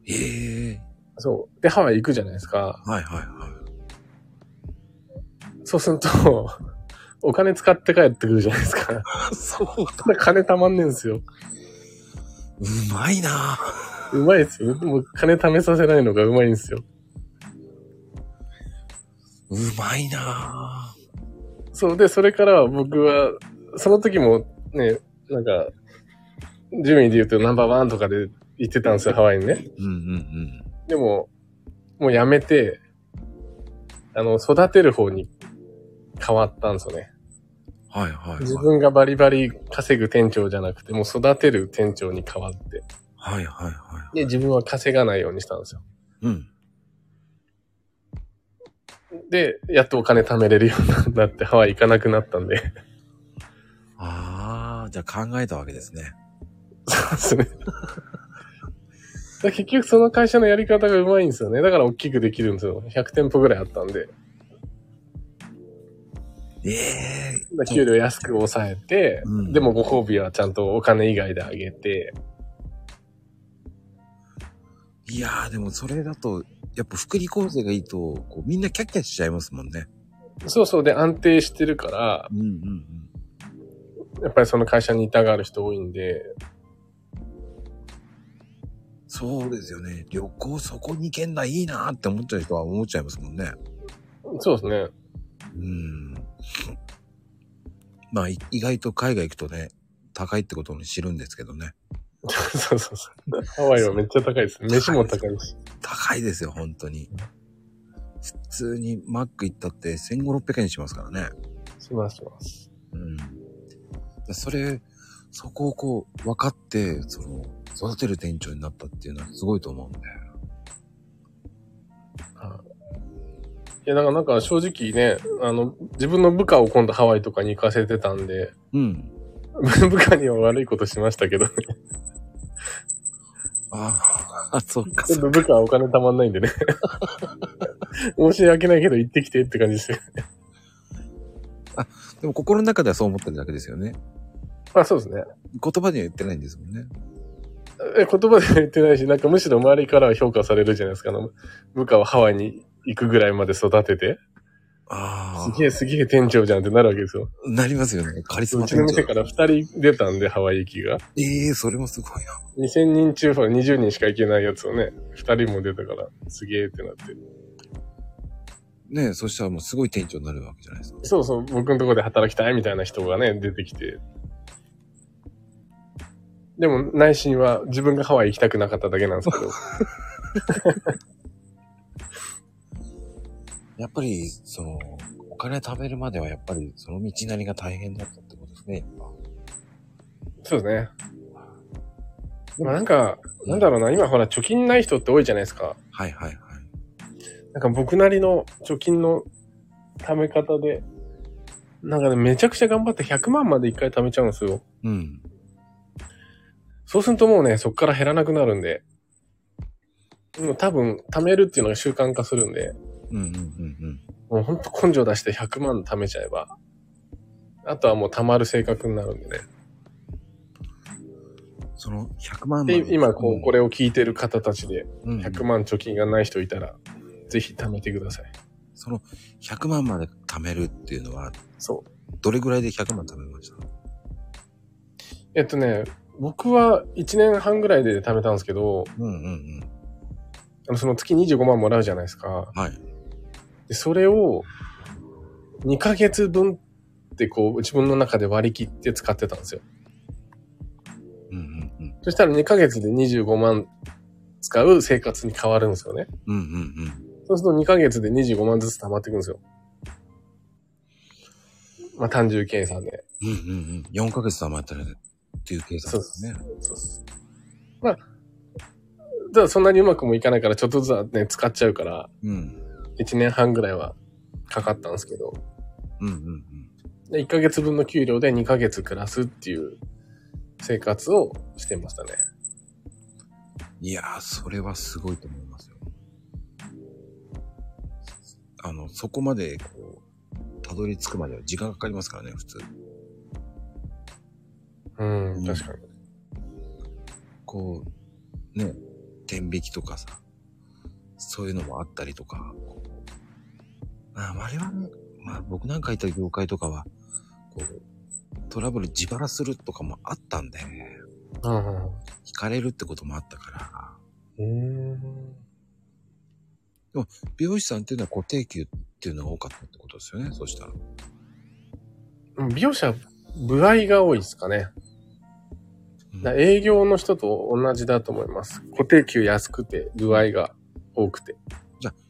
A: い。ええ
B: そう。で、ハワイ行くじゃないですか。
A: はいはいはい。
B: そうすると、 [LAUGHS] お金使って帰ってくるじゃないですか。だか
A: そうだ。
B: ら金貯まんねえんですよ。
A: うまいな
B: うまいですよ。もう金貯めさせないのがうまいんですよ。
A: うまいな
B: そう。で、それから僕は、その時もね、なんか、順位で言うとナンバーワンとかで行ってたんですよ、ハワイにね。
A: うんうん
B: でも、もうやめて、あの、育てる方に変わったんですよね。
A: うん。はいはい
B: 自
A: はい。
B: 分がバリバリ稼ぐ店長じゃなくて、もう育てる店長に変わって。
A: はいはいは
B: で、自分は稼がないようにしたんですよ。
A: い。うん。
B: で、やっとお金貯めれるようになって、ハワイ行かなくなったんで。
A: ああ、じゃあ考えたわけですね。
B: そうですね。だから結局その会社のやり方がうまいんですよね。だから大きくできるんですよ。100店舗ぐらいあったんで。
A: ええ
B: だから給料安く抑えて、
A: うん
B: でもご褒美はちゃんとお金以外であげて、
A: いやー、でもそれだと、やっぱ福利厚生がいいと、こうみんなキャッキャしちゃいますもんね。
B: そうそう。で、安定してるから、
A: うんうんうん。
B: やっぱりその会社にいたがる人多いんで、
A: そうですよね。旅行そこに行けんだ、いいなーって思っちゃう人は思っちゃいますもんね。
B: そうですね。
A: う
B: [LAUGHS]
A: ん。まあ、い意外と海外行くとね、高いってことに知るんですけどね。
B: そうそうそう。ハワイはめっちゃ高いです。飯も高いし。
A: 高いですよ、本当に。普通にマック行ったって1500、600円しますからね。
B: しますします。
A: うん。でそれ、そこをこう、分かって、その、育てる店長になったっていうのはすごいと思うんで。
B: いや、だからなんか正直ね、あの、自分の部下を今度ハワイとかに行かせてたんで、 [LAUGHS]
A: うん。
B: 部下には悪いことしましたけど、
A: ああ、 [LAUGHS] そっか、
B: ちょっ
A: そっ
B: と部下はお金貯まんないんでね。申し訳ないけど行ってきてって感じですよ。
A: か。でも心の中ではそう思ってるだけですよね。
B: まあそうですね。
A: 言葉には言ってないんですもんね。
B: え言葉で言ってないし、なんかむしろ周りからは評価されるじゃないですか。あの部下をハワイに行くぐらいまで育てて、
A: あ
B: すげえすげえ店長じゃんってなるわけですよ。
A: あ、なりますよね。カリス
B: う
A: マ
B: ちの
A: 店長
B: 店。から2人出たんで、ハワイ行きが。
A: ええそれもすごいな。
B: 2000人中、ほら20人しか行けないやつをね、2人も出たから、すげえってなって。
A: ねえ、そしたらもうすごい店長になるわけじゃないですか。
B: そうそう、僕のところで働きたいみたいな人がね、出てきて。でも内心は自分がハワイ行きたくなかっただけなんですけど。
A: やっぱり、その、お金貯めるまではやっぱりその道なりが大変だったってことですね、やっぱ。
B: そうですね。まあなんか、なんだろうな、今ほら貯金ない人って多いじゃないですか。
A: はいはいはい。
B: なんか僕なりの貯金の貯め方で、なんかね、めちゃくちゃ頑張って100万まで一回貯めちゃうんですよ。
A: うん。
B: そうするともうね、そっから減らなくなるんで、もう多分貯めるっていうのが習慣化するんで、
A: うんうんうん
B: もうほんと根性出して100万貯めちゃえば、あとはもう貯まる性格になるんでね。
A: うん。その100万ま
B: で、
A: で
B: 今こう、こ
A: れ
B: れを聞いてる方たちで、100
A: 100
B: 万貯金がない人いたら、ぜひ貯めてください。
A: その100万まで貯めるっていうのは、
B: そう。
A: どれぐらいで100万貯めました
B: えっとね、僕は1年半ぐらいで貯めたんですけど、
A: うんうんうん。
B: あのその月25万もらうじゃないですか。
A: はい。
B: で、それを2ヶ月分ってこう自分の中で割り切って使ってたんですよ。
A: うんうん
B: そしたら2ヶ月で25万使う生活に変わるんですよね。
A: うん。うんうんうん。
B: そうすると2ヶ月で25万ずつ貯まっていくんですよ。まあ単純計算で。
A: うんうんうん。4ヶ月貯まったらっていう計算ですね。
B: そうです。まあ、ただそんなにうまくもいかないからちょっとずつはね、使っちゃうから、
A: うん。
B: 1年半ぐらいはかかったんですけど、
A: うんうんうん。
B: で1ヶ月分の給料で2ヶ月暮らすっていう生活をしてましたね。
A: いやー、それはすごいと思いますよ。あの、そこまで、こう、たどり着くまでは時間かかりますからね、普通。
B: うん、確かに。
A: こう、ね、天引きとかさ、そういうのもあったりとか、こう、まあ、我々、まあ、僕なんかいた業界とかは、こう、トラブル自腹するとかもあったんで、
B: うん
A: 引かれるってこともあったから、
B: うん。
A: 美容師さんっていうのは固定給っていうのが多かったってことですよね、そしたら。
B: うん美容師は部合が多いですかね。
A: うん
B: だから営業の人と同じだと思います。固定給安くて、部合が多くて。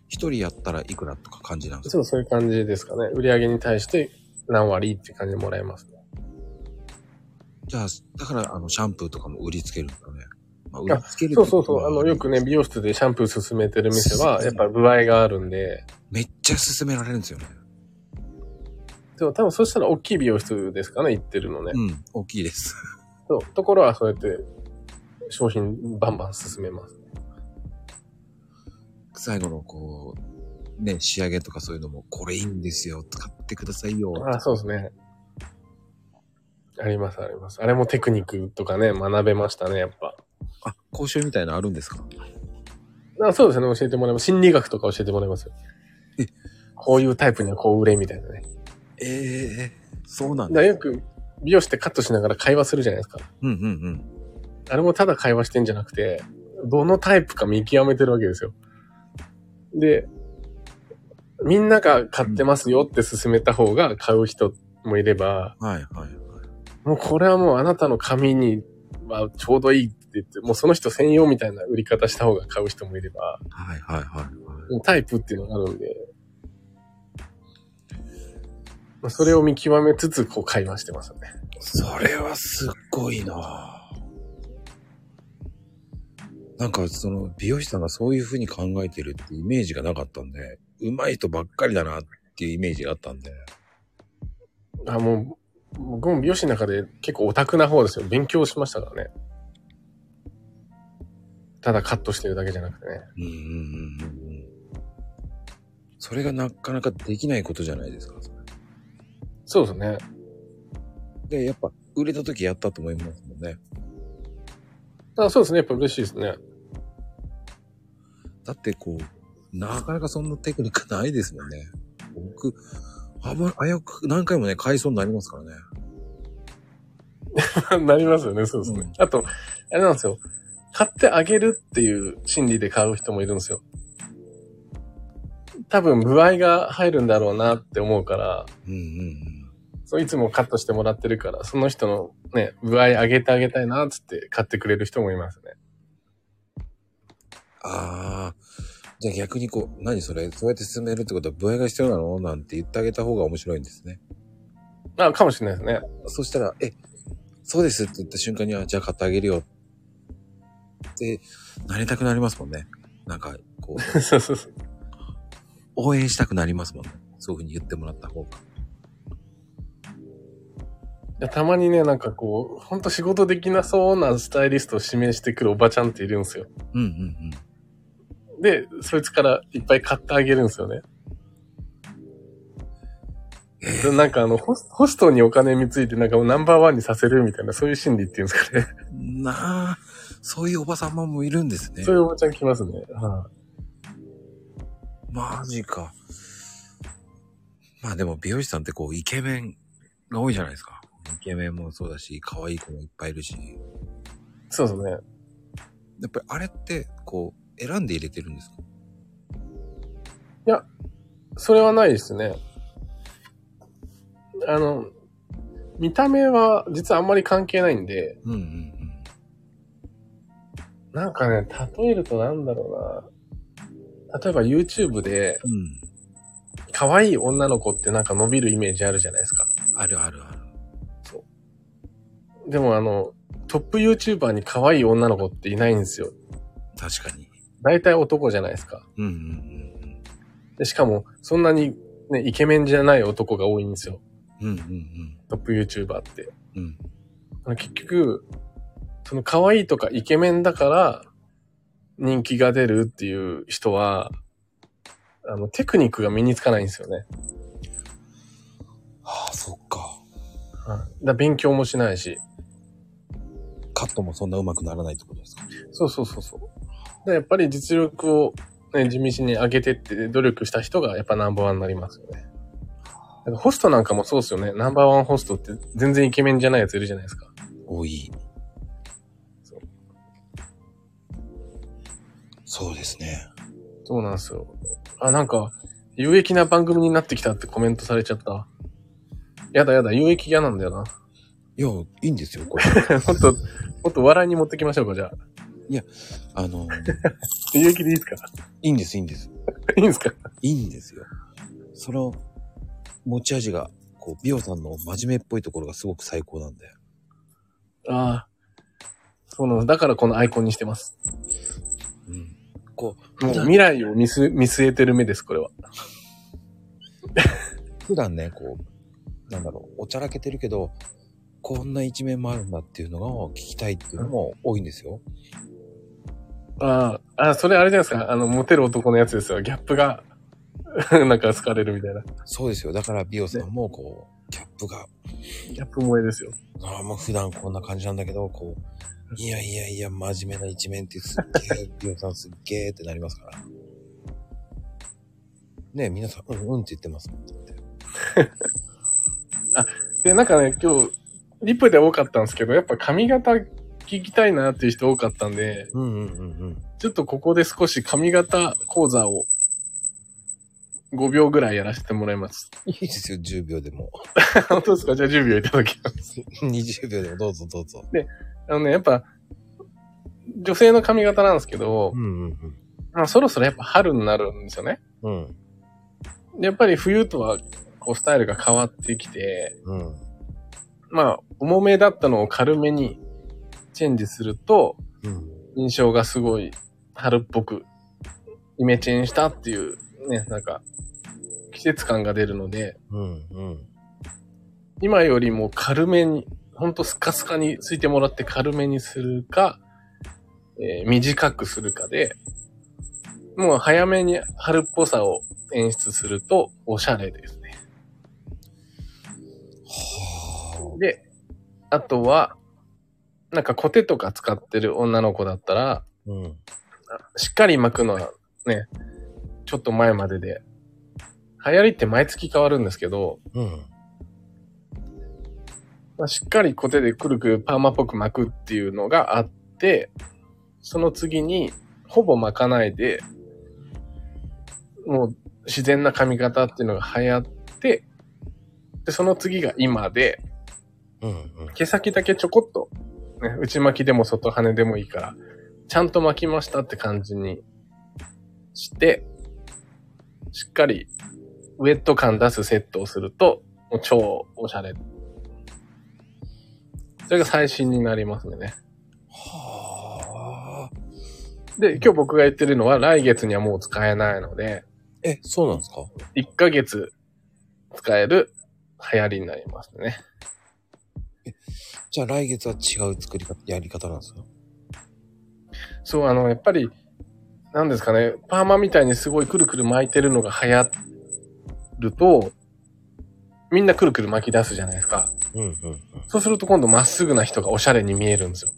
A: 一人やったらいくらとか感じなんです
B: ち
A: か
B: ょっとそういう感じですかね。売り上げに対して何割って感じでもらえますね。
A: じゃあ、だから、あの、シャンプーとかも売りつけるんだね。まあ、売りつける
B: そうそうそう。あの、よくね、美容室でシャンプー勧めてる店は、やっぱ部合があるんで、
A: めっちゃ勧められるんですよね。
B: でも多分そしたら大きい美容室ですかね、行ってるのね。
A: うん、大きいです。
B: そう。ところはそうやって、商品バンバン進めます。
A: 最後の、こう、ね、仕上げとかそういうのも、これいいんですよ、使ってくださいよ。
B: あそうですね。あります、あります。あれもテクニックとかね、学べましたね、やっぱ。
A: あ、講習みたいなのあるんですか
B: あそうですね、教えてもらいます。心理学とか教えてもらいますよ
A: え。
B: こういうタイプにはこう売れみたいなね。
A: ええそうなん
B: だか
A: だ。
B: らよく美容師ってカットしながら会話するじゃないですか。
A: うんうんうん。
B: あれもただ会話してんじゃなくて、どのタイプか見極めてるわけですよ。で、みんなが買ってますよって勧めた方が買う人もいれば、
A: はいはいはい。
B: もうこれはもうあなたの髪にはちょうどいいって言って、もうその人専用みたいな売り方した方が買う人もいれば、
A: はいはいはいはい。
B: もうタイプっていうのがあるんで、まあ、それを見極めつつこう会話してますよね。
A: それはすっごいなぁなんかその美容師さんがそういう風に考えてるってイメージがなかったんで、うまい人ばっかりだなっていうイメージがあったんで。
B: あ、もう、僕も美容師の中で結構オタクな方ですよ。勉強しましたからね。ただカットしてるだけじゃなくてね。
A: うんうんうんうんうん。それがなかなかできないことじゃないですか。それ
B: そうですね。
A: で、やっぱ売れた時やったと思いますもんね。
B: あそうですね。やっぱ嬉しいですね。
A: だってこう、なかなかそんなテクニックないですもんね。僕、あぶ、危うく何回もね、買いそうになりますからね。
B: [LAUGHS] なりますよね。そうですね。
A: うん
B: あと、あれなんですよ。買ってあげるっていう心理で買う人もいるんですよ。多分、具合が入るんだろうなって思うから、
A: うんうんうん。
B: そういつもカットしてもらってるから、その人のね、具合上げてあげたいなっつって買ってくれる人もいますね。
A: ああ。じゃあ逆にこう、何それそうやって進めるってことは、部合が必要なのなんて言ってあげた方が面白いんですね。
B: あ、かもしれないですね。
A: そしたら、え、そうですって言った瞬間には、じゃあ買ってあげるよ。って、なりたくなりますもんね。なんか、こう、 [LAUGHS]
B: そうそうそう。
A: 応援したくなりますもんね。そういうふうに言ってもらった方が。
B: [LAUGHS] いやたまにね、なんかこう、ほんと仕事できなそうなスタイリストを指名してくるおばちゃんっているんですよ。
A: うんうん
B: で、そいつからいっぱい買ってあげるんですよね。で [LAUGHS] なんかあのホス、ホストにお金貢いてなんかもうナンバーワンにさせるみたいな、そういう心理っていうんですかね。
A: うん。なあ、そういうおばさまもいるんですね
B: そう。いうおばちゃん来ますね。は
A: マジか。まあでも美容師さんってこう、イケメンが多いじゃないですか。イケメンもそうだし、可愛い子もいっぱいいるし。
B: いそうですね。
A: やっぱりあれって、こう、選んで入れてるんですか
B: それはないですね。あの、見た目は実はあんまり関係ないんで、
A: うんうんうん。
B: なんかね、例えるとなんだろうな。例えば YouTube で、
A: うん。
B: 可愛い女の子ってなんか伸びるイメージあるじゃないですか。
A: あるあるある。
B: でもあの、トップ YouTuber に可愛い女の子っていないんですよ。
A: 確かに。
B: 大体男じゃないですか。
A: うんうん
B: でしかも、そんなにね、イケメンじゃない男が多いんですよ。
A: うん。うんうん
B: トップ YouTuber って。
A: うん。うん。
B: あの結局、その可愛いとかイケメンだから人気が出るっていう人は、あの、テクニックが身につかないんですよね。
A: ああ、そっか。
B: うんだから勉強もしないし。
A: カットもそんな上手くならないってことですか
B: そうそうそうそう。でやっぱり実力を、ね、地道に上げてって努力した人がやっぱナンバーワンになりますよね。だからホストなんかもそうですよね。ナンバーワンホストって全然イケメンじゃないやついるじゃないですか。
A: 多い。そうですね。
B: そうなんですよ。あ、なんか、有益な番組になってきたってコメントされちゃった。やだやだ、有益嫌なんだ [LAUGHS] よな。
A: いや、いいんですよ、これ。
B: もっと、もっと笑いに持ってきましょうか、じゃあ。
A: あの、 [LAUGHS]
B: 有益でいいですか [LAUGHS]
A: いいんです、いいんです。
B: いいんですか
A: いいんですよ。その持ち味が、こう、美容さんの真面目っぽいところがすごく最高なんで。
B: ああ。そうなんです。だからこのアイコンにしてます。
A: うん。こう、
B: もう
A: 普段
B: 未来を見す見据えてる目です、これは。
A: 普段ね、こう、なんだろう、おちゃらけてるけど、こんな一面もあるんだっていうのを聞きたいっていうのも多いんですよ。
B: ああ、あそれあれじゃないですか。あの、モテる男のやつですよ。ギャップが、 [LAUGHS] なんか好かれるみたいな。
A: そうですよ。だから美容さんも、こう、キャップが、
B: ギャップ萌えですよ。
A: ああ、もう普段こんな感じなんだけど、こう、いやいやいや、真面目な一面ってすっげえ、美容さんすっげえってなりますから。ねえ、皆さん、うんうんって言ってますもん。だって
B: で、なんかね、今日、リプで多かったんですけど、やっぱ髪型聞きたいなっていう人多かったんで、
A: うんうんうん
B: ちょっとここで少し髪型講座を5秒ぐらいやらせてもらいます。
A: うん。いいですよ、10秒でも。
B: [LAUGHS]
A: [LAUGHS]
B: 本当ですかじゃあ10秒いただきます。
A: 20秒でも、どうぞどうぞ。
B: あのね、やっぱ、女性の髪型なんですけど
A: う、んうんうん。
B: まあ、そろそろやっぱ春になるんですよね。
A: うん。
B: でやっぱり冬とは、こう、スタイルが変わってきて、
A: うん。
B: まあ、重めだったのを軽めにチェンジすると、
A: うん。
B: 印象がすごい春っぽく、イメチェンしたっていう、ね、なんか、季節感が出るので、
A: うん。うん。
B: 今よりも軽めに、ほんとスカスカについてもらって軽めにするか、えー短くするかで、もう早めに春っぽさを演出するとおしゃれですね。
A: は
B: で、あとは、なんかコテとか使ってる女の子だったら、
A: あ。うん。
B: しっかり巻くのはね、ちょっと前までで、流行りって毎月変わるんですけど、
A: うん。
B: まあ、しっかりコテでくるくるパーマっぽく巻くっていうのがあって、その次に、ほぼ巻かないで、もう自然な髪型っていうのが流行って、で、その次が今で、
A: うん。うん。
B: 毛先だけちょこっと、ね、内巻きでも外羽でもいいから、ちゃんと巻きましたって感じにして、しっかりウェット感出すセットをすると、もう超おしゃれ。それが最新になりますね。
A: はあ。
B: で、今日僕が言ってるのは来月にはもう使えないので、
A: え、そうなんですか
B: 1ヶ月使える流行りになりますね。
A: じゃあ来月は違う作り方、やり方なんですよ。
B: そう、あの、やっぱり、なんですかね、パーマみたいにすごいくるくる巻いてるのが流行ると、みんなくるくる巻き出すじゃないですか。
A: うんうんうん。
B: そうすると今度まっすぐな人がおしゃれに見えるんですよ。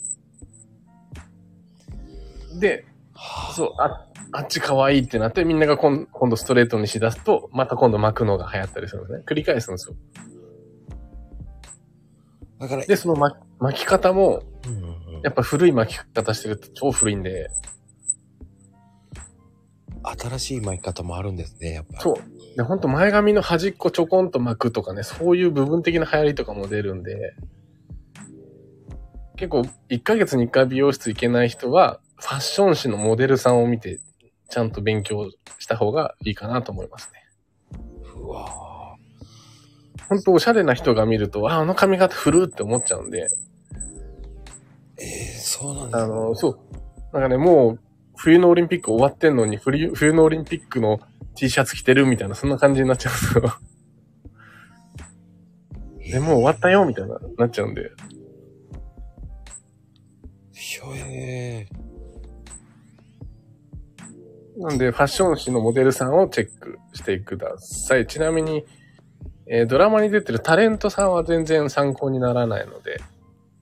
B: で、
A: は
B: そう、ああっち可愛いってなってみんなが今今度ストレートにしだすと、また今度巻くのが流行ったりするんですね。繰り返すんですよ。
A: あ。だから、
B: で、その巻巻き方も、
A: うんうんうん
B: やっぱ古い巻き方してると超古いんで、
A: 新しい巻き方もあるんですね、やっぱり。
B: そう。で、ほんと前髪の端っこちょこんと巻くとかね、そういう部分的な流行りとかも出るんで、結構1ヶ月に1回美容室行けない人は、ファッション誌のモデルさんを見て、ちゃんと勉強した方がいいかなと思いますね。
A: うわぁ
B: ほんとおしゃれな人が見ると、あ、あの髪型古って思っちゃうんで、
A: えー、そうなんです
B: あの、そう。なんかね、もう、冬のオリンピック終わってんのに、冬冬のオリンピックの T シャツ着てるみたいな、そんな感じになっちゃうんですよ。でもう終わったよみたいな、なっちゃうんで。
A: ひょえー。
B: なんで、ファッション誌のモデルさんをチェックしてください。ちなみに、えードラマに出てるタレントさんは全然参考にならないので、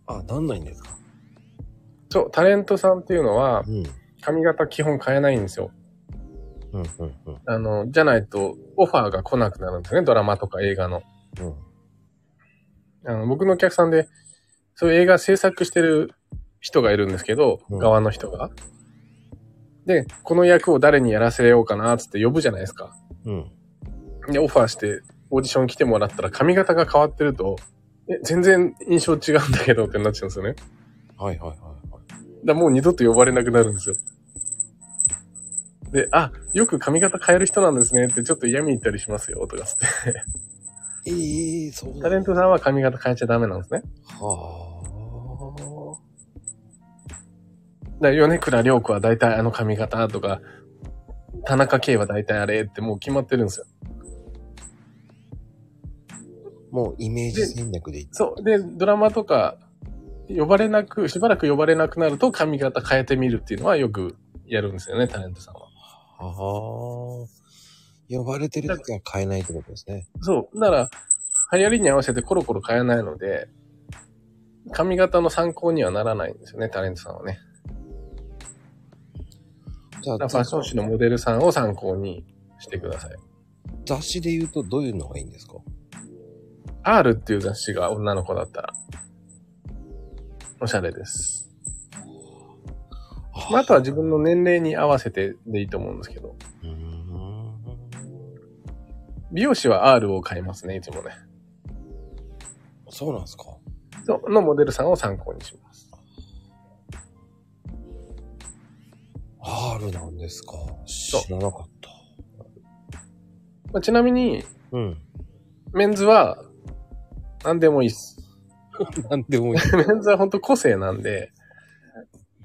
A: あ、なんないんですか
B: そう、タレントさんっていうのは
A: うん。
B: 髪型基本変えないんですよ。
A: うんうんうん。
B: あの、じゃないとオファーが来なくなるんですね、ドラマとか映画の。
A: うん。
B: あの僕のお客さんで、そういう映画制作してる人がいるんですけど、
A: うん
B: 側の人が。で、この役を誰にやらせようかな、つって呼ぶじゃないですか。
A: うん。
B: で、オファーして、オーディション来てもらったら髪型が変わってると、え、全然印象違うんだけどってなっちゃうんですよね。だか
A: はいはいはいはい。
B: らもう二度と呼ばれなくなるんですよ。で、あ、よく髪型変える人なんですねってちょっと嫌み言ったりしますよ、とかつって。
A: えー、そう
B: タレントさんは髪型変えちゃダメなんですね。
A: はぁ
B: だから米倉涼子は大体あの髪型とか、田中圭は大体あれってもう決まってるんですよ。
A: もうイメージ戦略でいい。
B: そう。で、ドラマとか、呼ばれなく、しばらく呼ばれなくなると髪型変えてみるっていうのはよくやるんですよね、タレントさんは。
A: はぁ呼ばれてる時は変えないってことですね。
B: そう。なら、流行りに合わせてコロコロ変えないので、髪型の参考にはならないんですよね、タレントさんはね。
C: じゃあ
B: だからファッション誌のモデルさんを参考にしてください。
A: 雑誌で言うとどういうのがいいんですか
B: R っていう雑誌が女の子だったら、おしゃれです。まあ、あとは自分の年齢に合わせてでいいと思うんですけど、
A: うーん。
B: 美容師は R を買いますね、いつもね。
A: そうなんですか
B: そのモデルさんを参考にします。
A: ?R なんですか知らなかった。
B: まあ、ちなみに、
A: うん。
B: メンズは何でもいいです。 [LAUGHS]
A: なんでもいい。
B: メンズは本当個性なんで、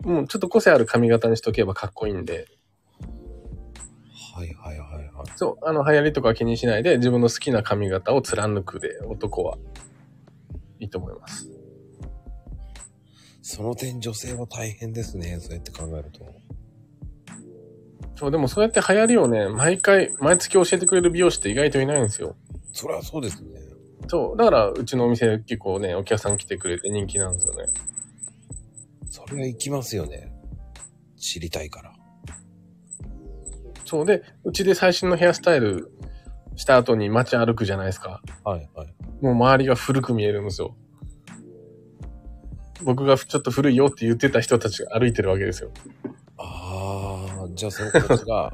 B: もうちょっと個性ある髪型にしとけばかっこいいんで、
A: はいはいはいはい。
B: そう、あの流行りとか気にしないで自分の好きな髪型を貫くで、男はいいと思います。
A: その点女性は大変ですね。そうやって考えると。
B: そう、でもそうやって流行りをね、毎回、毎月教えてくれる美容師って意外といないんですよ。
A: それはそうですね。
B: そう、だからうちのお店結構ね、お客さん来てくれて人気なんですよね。
A: それは行きますよね。知りたいから。
B: そうで、うちで最新のヘアスタイルした後に街歩くじゃないですか。
A: はいはい。
B: もう周りが古く見えるんですよ。僕がちょっと古いよって言ってた人たちが歩いてるわけですよ。
A: ああ、じゃあその子たちが。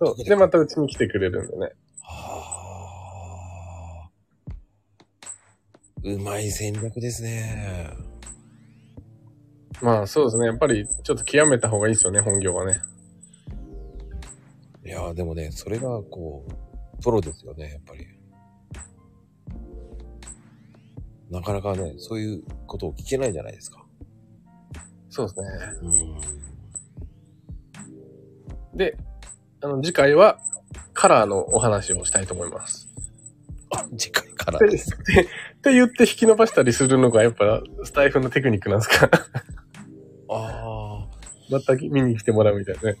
B: そう。で、またうちに来てくれるんでね。
A: ああ。うまい戦略ですね。
B: まあそうですね。やっぱりちょっと極めた方がいいですよね、本業はね。
A: いやーでもね、それがこう、プロですよね、やっぱり。なかなかね、そういうことを聞けないじゃないですか。
B: そうですね。
A: うん。
B: で、あの、次回はカラーのお話をしたいと思います。
A: [LAUGHS] 次回から
B: で、っ
A: [LAUGHS] です。
B: てって言って引き伸ばしたりするのがやっぱスタイフのテクニックなんですか
A: あ
B: また見に来てもらうみたいなね。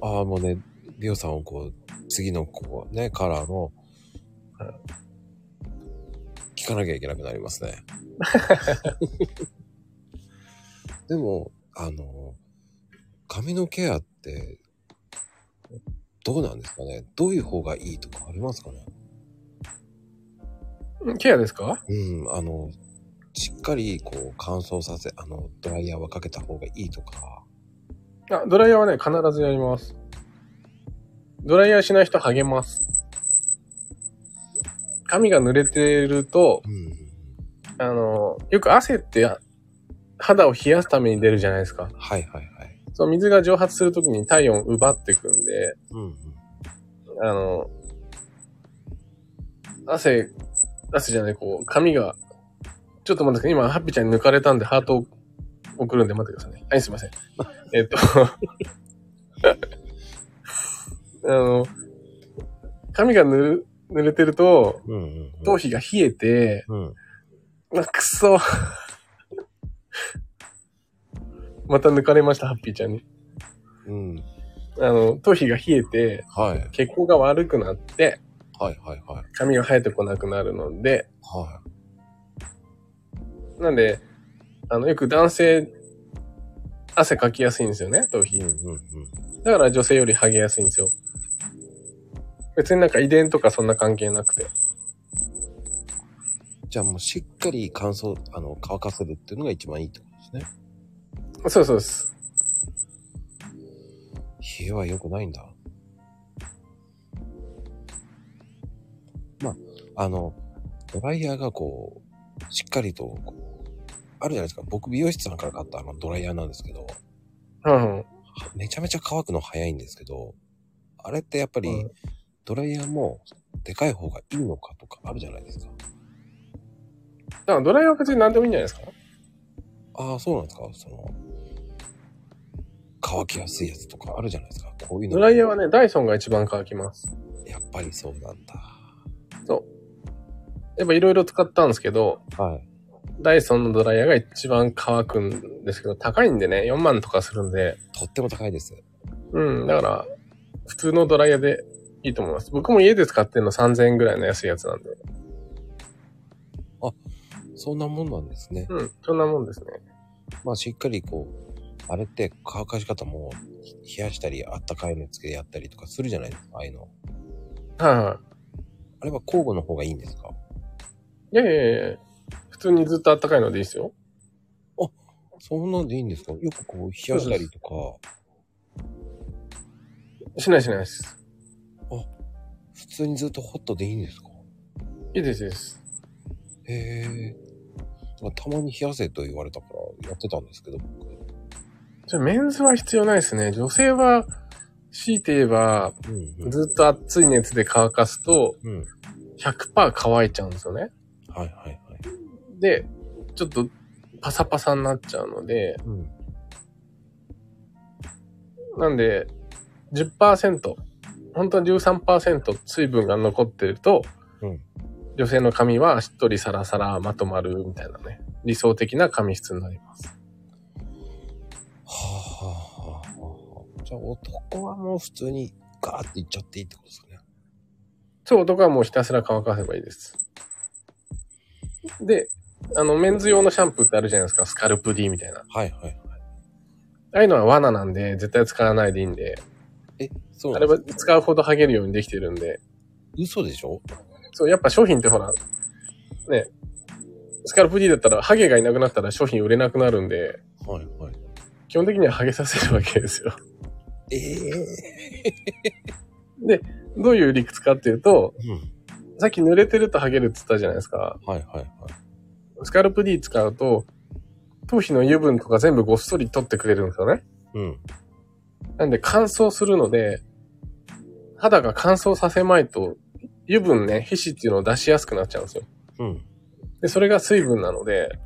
A: あ、ああ、もうね、リオさんをこう、次のこうね、カラーの
B: はい、
A: 聞かなきゃいけなくなります [LAUGHS] ね。でも、あの、髪のケアって、どうなんですかねどういう方がいいとかありますかね
B: ケアですか
A: うん、あの、しっかりこう乾燥させ、あの、ドライヤーはかけた方がいいとか、
B: あ、ドライヤーはね、必ずやります。ドライヤーしない人励ます。髪が濡れてると、
A: うん、
B: あの、よく汗って肌を冷やすために出るじゃないですか。
A: はいはいはい。
B: そう、水が蒸発するときに体温を奪っていくんで、
A: うん、うん。
B: あの、汗、汗じゃない、こう、髪が、ちょっと待ってください。今、ハッピーちゃんに抜かれたんで、ハートを送るんで待ってくださいね。はい、すいません。えっと、 [LAUGHS] あの、髪がぬる濡れてると、
A: うん、うん。
B: 頭皮が冷えて、
A: うん。
B: あ、くそ。 [LAUGHS] また抜かれました、ハッピーちゃんに。
A: うん。
B: あの、頭皮が冷えて、
A: はい。
B: 血行が悪くなって、
A: はいはいはい。
B: 髪が生えてこなくなるので、
A: は
B: なんで、あの、よく男性、汗かきやすいんですよね、頭
A: い。
B: 皮
A: う。んうんうん。
B: だから女性より剥げやすいんですよ。別になんか遺伝とかそんな関係なくて。
A: じゃあもうしっかり乾燥、あの、乾かせるっていうのが一番いいってことですね。
B: そうそうです。
A: 冷えは良くないんだ。まあ、あの、ドライヤーがこう、しっかりと、こう、あるじゃないですか。僕美容室さんから買ったあのドライヤーなんですけど、
B: うんうん。
A: めちゃめちゃ乾くの早いんですけど、あれってやっぱり
B: うん
A: ドライヤーもでかい方がいいのかとかあるじゃないですか。
B: だからドライヤーは別に何でもいいんじゃないですか
A: ああ、そうなんですか。その、乾きやすいやつとかあるじゃないですか。こういうの。
B: ドライヤーはね、ダイソンが一番乾きます。
A: やっぱりそうなんだ。
B: やっぱいろいろ使ったんですけど、
A: はい。
B: ダイソンのドライヤーが一番乾くんですけど、高いんでね、4万とかするんで、
A: とっても高いです。
B: うん、だから、普通のドライヤーでいいと思います。僕も家で使ってるの3000円ぐらいの安いやつなんで。
A: そんなもんなんですね。
B: うん、そんなもんですね。
A: まあしっかりこう、あれって乾かし方もひ冷やしたり、あったかいのつけてやったりとかするじゃないですか、ああいうの。
B: はいは
A: あれは交互の方がいいんですか
B: い。いやいやいや普通にずっと暖かいのでいいですよ。
A: そんなんでいいんですかよくこう、冷やしたりとか、
B: しないしないです。
A: 普通にずっとホットでいいんですか
B: いいですいいです。
A: へえ。まあたまに冷やせと言われたからやってたんですけど、僕。
B: じゃあメンズは必要ないですね。女性は、強いて言えば、
A: うん、うん。
B: ずっと熱い熱で乾かすと、
A: うん。
B: 100%乾いちゃうんですよね。
A: はいはいはい。
B: で、ちょっとパサパサになっちゃうので、
A: うん。
B: なんで、10%、本当は13%水分が残ってると、
A: うん
B: 女性の髪はしっとりサラサラまとまるみたいなね、理想的な髪質になります。
A: はあはあはあはあ。じゃあ男はもう普通にガーっていっちゃっていいってことですね。
B: そう、男はもうひたすら乾かせばいいです。で、あの、メンズ用のシャンプーってあるじゃないですか、スカルプ D みたいな。
A: はいはい。
B: ああいうのは罠なんで、絶対使わないでいいんで、
A: え、そう
B: あ
A: な
B: れ
A: ん
B: ば使うほど剥げるようにできてるんで、
A: 嘘でしょ
B: そう、やっぱ商品ってほら、ね、スカルプ D だったら、ハゲがいなくなったら商品売れなくなるんで、
A: はいはい。
B: 基本的にはハゲさせるわけですよ。
A: ええ
B: どういう理屈かっていうと、
A: うん。
B: さっき濡れてるとハゲるって言ったじゃないです
A: は
B: か。
A: いはいはい。
B: スカルプ D 使うと、頭皮の油分とか全部ごっそり取ってくれるんですよね。
A: うん。
B: なんで乾燥するので、肌が乾燥させまいと、油分ね、皮脂っていうのを出しやすくなっちゃうんですよ。
A: うん。
B: で、それが水分なので、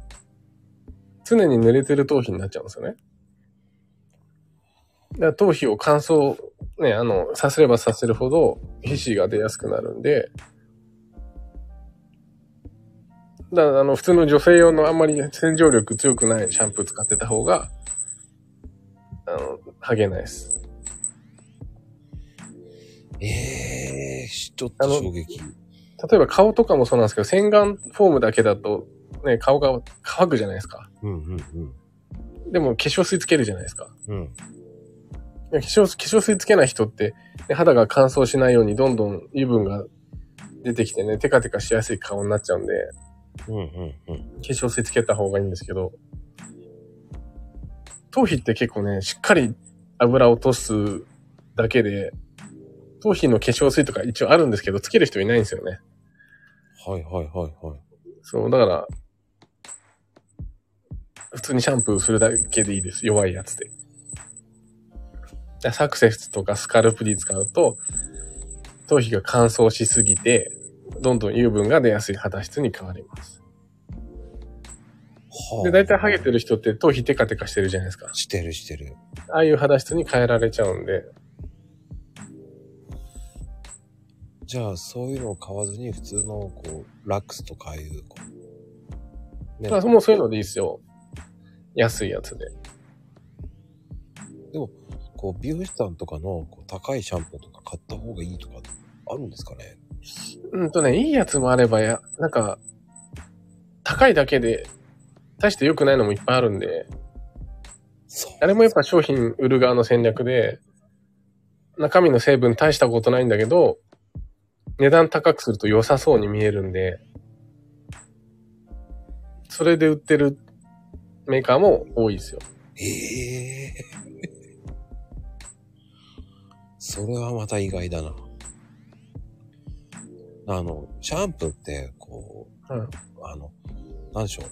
B: 常に濡れてる頭皮になっちゃうんですよね。だから頭皮を乾燥、ね、あの、させればさせるほど皮脂が出やすくなるんで、だからあの、普通の女性用のあんまり洗浄力強くないシャンプー使ってた方が、あの、ハゲないです。
A: ええー、ちょっと衝撃。
B: 例えば顔とかもそうなんですけど、洗顔フォームだけだと、ね、顔が乾くじゃないですか。
A: うんうんうん。
B: でも化粧水つけるじゃないですか。
A: うん。
B: 化粧化粧水つけない人って、ね肌が乾燥しないようにどんどん油分が出てきてね、テカテカしやすい顔になっちゃうんで、
A: うんうんうん。
B: 化粧水つけた方がいいんですけど、頭皮って結構ね、しっかり油を落とすだけで、頭皮の化粧水とか一応あるんですけど、つける人いないんですよね。
A: はいはいはいはい。
B: そう、だから、普通にシャンプーするだけでいいです。弱いやつで。でサクセスとかスカルプ D 使うと、頭皮が乾燥しすぎて、どんどん油分が出やすい肌質に変わります。
A: は
B: で、大体ハゲて
A: る。
B: る人って頭皮テカテカしてるじゃないですか。
A: してるしてる。
B: ああいう肌質に変えられちゃうんで、
A: じゃあ、そういうのを買わずに、普通の、こう、ラックスとかああいう、こう。ね
B: まあ、もうそういうのでいいですよ。安いやつで。
A: こう、美容師さんとかの、こう、高いシャンプーとか買った方がいいとか、あるんですかね
B: うんとね、いいやつもあればや、なんか、高いだけで、大して良くないのもいっぱいあるんで、
A: そう。
B: あれもやっぱ商品売る側の戦略で、中身の成分大したことないんだけど、値段高くすると良さそうに見えるんで、それで売ってるメーカーも多いですよ。
A: ええ [LAUGHS] それはまた意外だな。あの、シャンプーって、こう、
B: うん
A: あの、なんでしょう。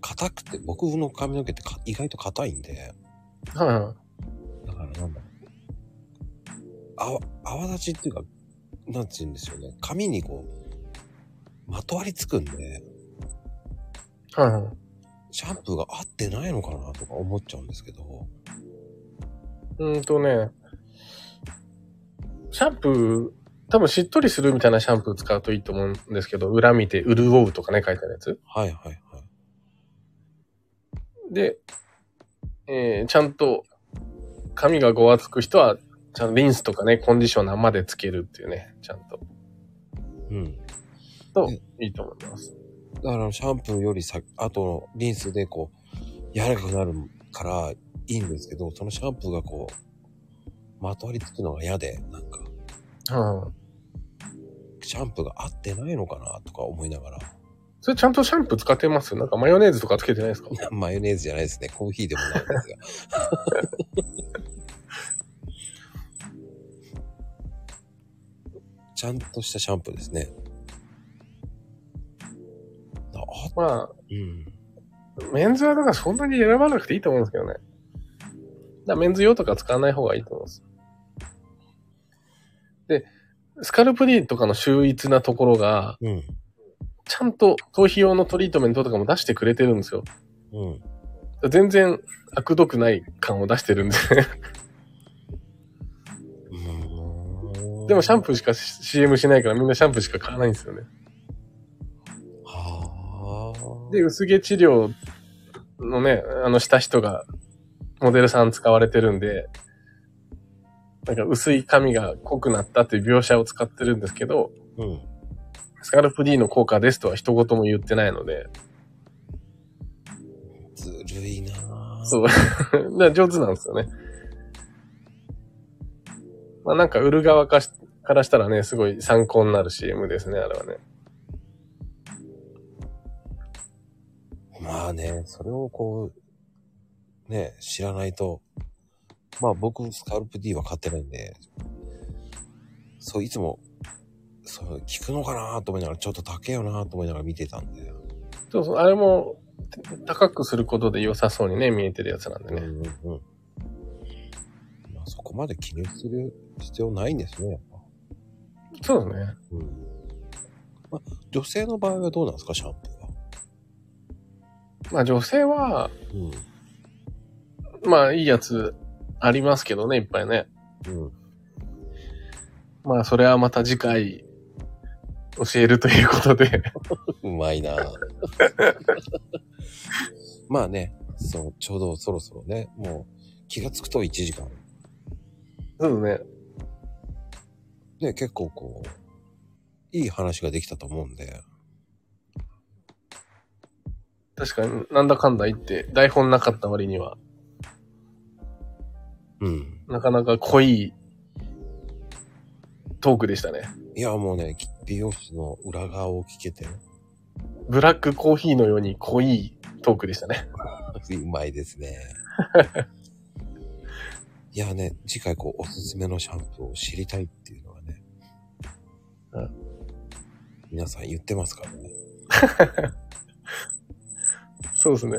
A: 硬くて、僕の髪の毛ってか意外と硬いんで、
B: はいは
A: だからなんだろう。泡、泡立ちっていうか、なんて言うんですよね。髪にこう、まとわりつくんで、
B: い。はいはい。
A: シャンプーが合ってないのかなとか思っちゃうんですけど、
B: うーんとね、シャンプー、多分しっとりするみたいなシャンプー使うといいと思うんですけど、裏見て潤うとかね、書いてあるやつ。
A: はいはいはい。
B: で、えーちゃんと、髪がごわつく人は、ちゃんとリンスとかね、コンディショナーまでつけるっていうね、ちゃんと、
A: うん。
B: と、いいと思います。
A: だからシャンプーよりさ、あとリンスでこう、柔らかくなるからいいんですけど、そのシャンプーがこう、まとわりつくのが嫌で、なんか、
B: ああ。
A: シャンプーが合ってないのかなとか思いながら、
B: それちゃんとシャンプー使ってますなんかマヨネーズとかつけてないですか
A: [LAUGHS] マヨネーズじゃないですね、コーヒーでもないんですが。 [LAUGHS] ちゃんとしたシャンプーですね。あ、あ
B: ま
A: うん。
B: あ、メンズはだからそんなに選ばなくていいと思うんですけどね。だからメンズ用とか使わない方がいいと思うんです。で、スカルプ D とかの秀逸なところが、
A: うん。
B: ちゃんと頭皮用のトリートメントとかも出してくれてるんですよ。
A: うん。
B: 全然悪毒ない感を出して [LAUGHS] るんで。
A: うん
B: でもシャンプーしか CM しないからみんなシャンプーしか買わないんですよね。
A: はあ。
B: で、薄毛治療のね、あの、した人が、モデルさん使われてるんで、なんか薄い髪が濃くなったっていう描写を使ってるんですけど、
A: うん。
B: スカルプ D の効果ですとは一言も言ってないので、 [LAUGHS]
A: ずるいなぁ
B: そう。だから上手なんですよね。まあなんか売る側かしからしたらね、すごい参考になる CM ですね、あれはね。
A: まあね、それをこう、ね、知らないと。まあ僕、スカルプ D は買ってないんで、そう、いつも、そう、聞くのかなぁと思いながら、ちょっと高えよなぁと思いながら見てたんで。
B: そうそう、あれも高くすることで良さそうにね、見えてるやつなんで
A: うん
B: ね。
A: うんうん。まあそこまで気にする必要ないんですね、やっぱ。
B: そうですね。
A: うん。まあ、女性の場合はどうなんですか、シャンプーは。
B: まあ女性は、
A: うん。
B: まあ、いいやつありますけどね、いっぱいね。
A: うん。
B: まあ、それはまた次回、教えるということで。 [LAUGHS]
A: うまいなぁ [LAUGHS] まあね、そう、ちょうどそろそろね、もう気がつくと1時間。
B: そうね。
A: ね、結構こう、いい話ができたと思うんで。
B: 確かになんだかんだ言って、台本なかった割には、
A: うん。
B: なかなか濃いトークでしたね。
A: いや、もうね、き美容室の裏側を聞けて、
B: ブラックコーヒーのように濃いトークでしたね。
A: うまいですね。いやね、次回こう、おすすめのシャンプーを知りたいっていうのはね。
B: うん
A: 皆さん言ってますからね。
B: そうですね。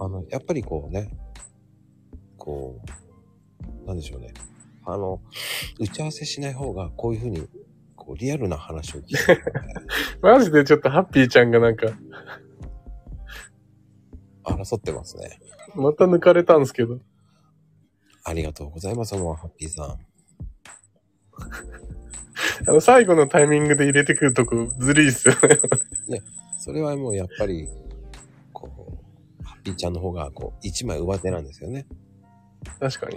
A: あの、やっぱりこうね、こう、なんでしょうね。あの、打ち合わせしない方が、こういうふうに、こう、リアルな話を聞いてくれて
B: マジでちょっとハッピーちゃんがなんか、
A: 争ってますね。
B: また抜かれたんですけど。
A: ありがとうございます、もう、ハッピーさん。
B: あの、最後のタイミングで入れてくるとこずるいっすよね。
A: それはもう、やっぱり、こう、ハッピーちゃんの方が、こう、一枚上手なんですよね。
B: 確かに。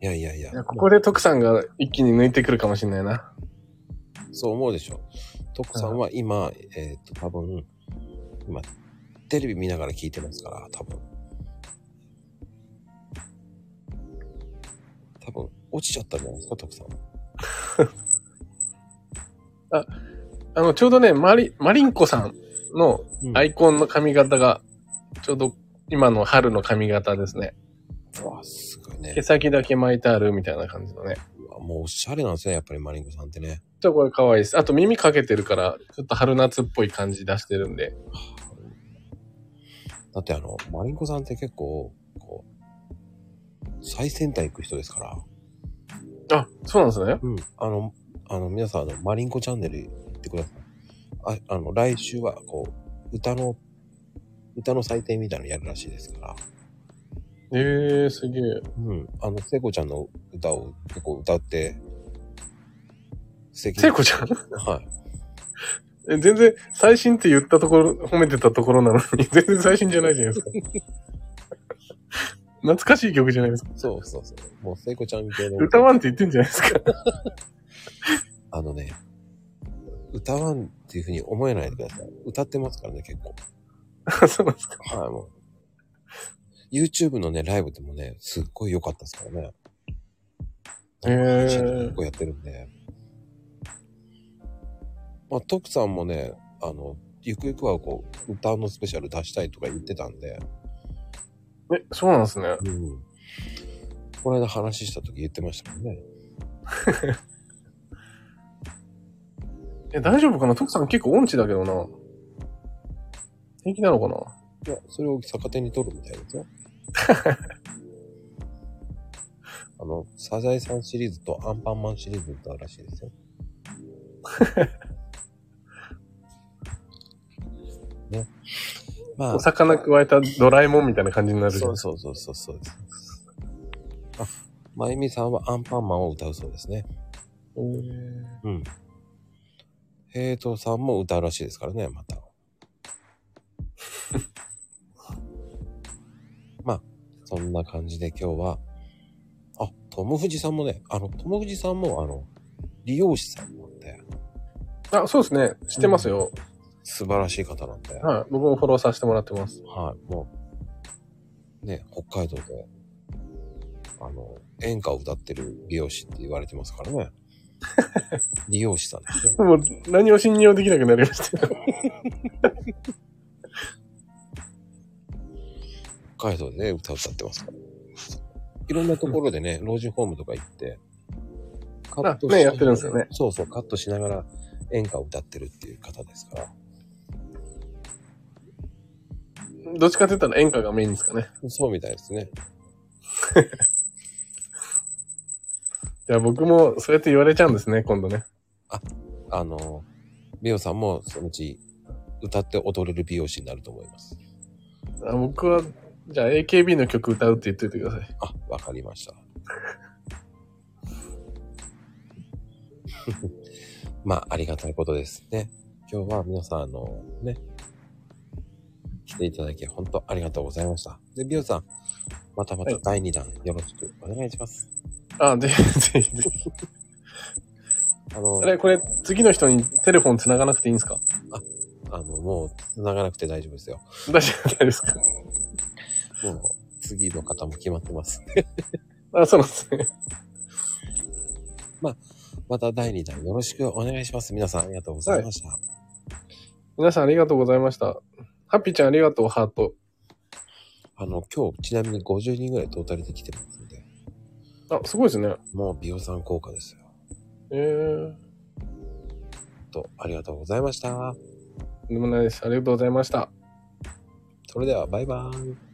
B: い
A: いやいやいや
B: や、ここで徳さんが一気に抜いてくるかもしんないな。
A: そう思うでしょ。徳さんは今、えーっと、多分、今、テレビ見ながら聞いてますから、多分。多分、落ちちゃったんじゃないですか、徳さん。
B: あの、ちょうどね、マリ、マリンコさんの
A: うん
B: アイコンの髪型が、ちょうど今の春の髪型ですね。
A: うわ、すごいね
B: 毛。先だけ巻いてあるみたいな感じのね。
A: うわもうおしゃれなんですね、やっぱりマリンコさんってね。
B: ちょっとこれ可愛いです。あと耳かけてるから、ちょっと春夏っぽい感じ出してるんで。
A: だってあの、マリンコさんって結構、こう、最先端行く人ですから。
B: あ、そうなんですね。
A: うん。あの、あの、皆さん、あの、マリンコチャンネル行ってください。あ、あの、来週は、こう、歌の、歌の祭典みたいなのやるらしいですから。
B: えー、すげえ。
A: うん。あの、聖子ちゃんの歌を結構歌って、素敵
B: 聖子ちゃん
A: はい。
B: え全然最新って言ったところ、褒めてたところなのに、 [LAUGHS] 全然最新じゃないじゃないですか。 [LAUGHS] 懐かしい曲じゃないですか。
A: そうそうそう。もう聖子ちゃん系の。
B: 歌わんって言ってんじゃないですか。 [LAUGHS]
A: あのね、歌わんっていうふうに思えないでください。歌ってますからね、結構。
B: そうなんですか。
A: はい、もう。YouTube のね、ライブでもね、すっごい良かったですからね。
B: へー
A: 配信とか結構やってるんで。まあ、徳さんもね、あの、ゆくゆくはこう、歌のスペシャル出したいとか言ってたんで、
B: え、そうなんですね。
A: うん。この間話した時言ってましたもんね。
B: え、大丈夫かな徳さん結構音痴だけどな。平気なのかない
A: や、それを逆手に取るみたいですよ。あの、サザエさんシリーズとアンパンマンシリーズだったらしいですよ。ね。ま
B: お魚くわえたドラえもんみたいな感じになる。
A: そうそうそうそうそうです。あ、まゆみさんはアンパンマンを歌うそうですね。
B: へー
A: うん。ヘイトさんも歌うらしいですからね、 [LAUGHS] また。まあ、そんな感じで今日は、あ、トムフジさんもね、あの、トムフジさんも、あの、理容師さんなんで、
B: あ、そうですね。知ってますよ。
A: 素晴らしい方なんで、は
B: はい。僕もフォローさせてもらってます。
A: い、もう、ね、北海道で、あの、演歌を歌ってる美容師って言われてますから
B: [LAUGHS]
A: ね。理容師さんですね。
B: もう何を信用できなくなりました。
A: 北海道でね、歌歌ってますから。いろんなところでね、老人ホームとか行って、カ
B: あねやってるんですよね。
A: そうそう、カットしながら演歌を歌ってるっていう方ですから。
B: [LAUGHS] どっちかって言ったら演歌がメインですかね。
A: そうみたいですね。
B: じゃあ僕もそうやって言われちゃうんですね、今度ね。
A: あの、美容さんもそのうち歌って踊れる美容師になると思います。
B: あ僕は、じゃあ AKB の曲歌うって言っといてください。
A: あ、わかりました。 [LAUGHS] まあ、ありがたいことですね。今日は皆さん、あの、ね、来ていただき、本当ありがとうございました。で、ビオさん、またまた
B: はい
A: 第2弾、よろしくお願いします。
B: あ、ぜひ、ぜひぜひ。
A: あの
B: あ、れ、これ、次の人にテレフォン繋がなくていいんですか
A: あの、もう、繋がなくて大丈夫ですよ。
B: 大丈夫ですか
A: もう、次の方も決まってます。
B: あ、そうなんですね。
A: また第2弾、よろしくお願いします。皆さん、ありがとうございました。
B: 皆さんありがとうございました。ハッピーちゃんありがとう、ハート。
A: あの、今日、ちなみに50人ぐらいトータルで来てますんで、
B: あ、すごいですね。
A: もう、美容さん効果ですよ。
B: えー、
A: 本当ありがとうございました。
B: とんでもないです。ありがとうございました。
A: それではバイバーイ。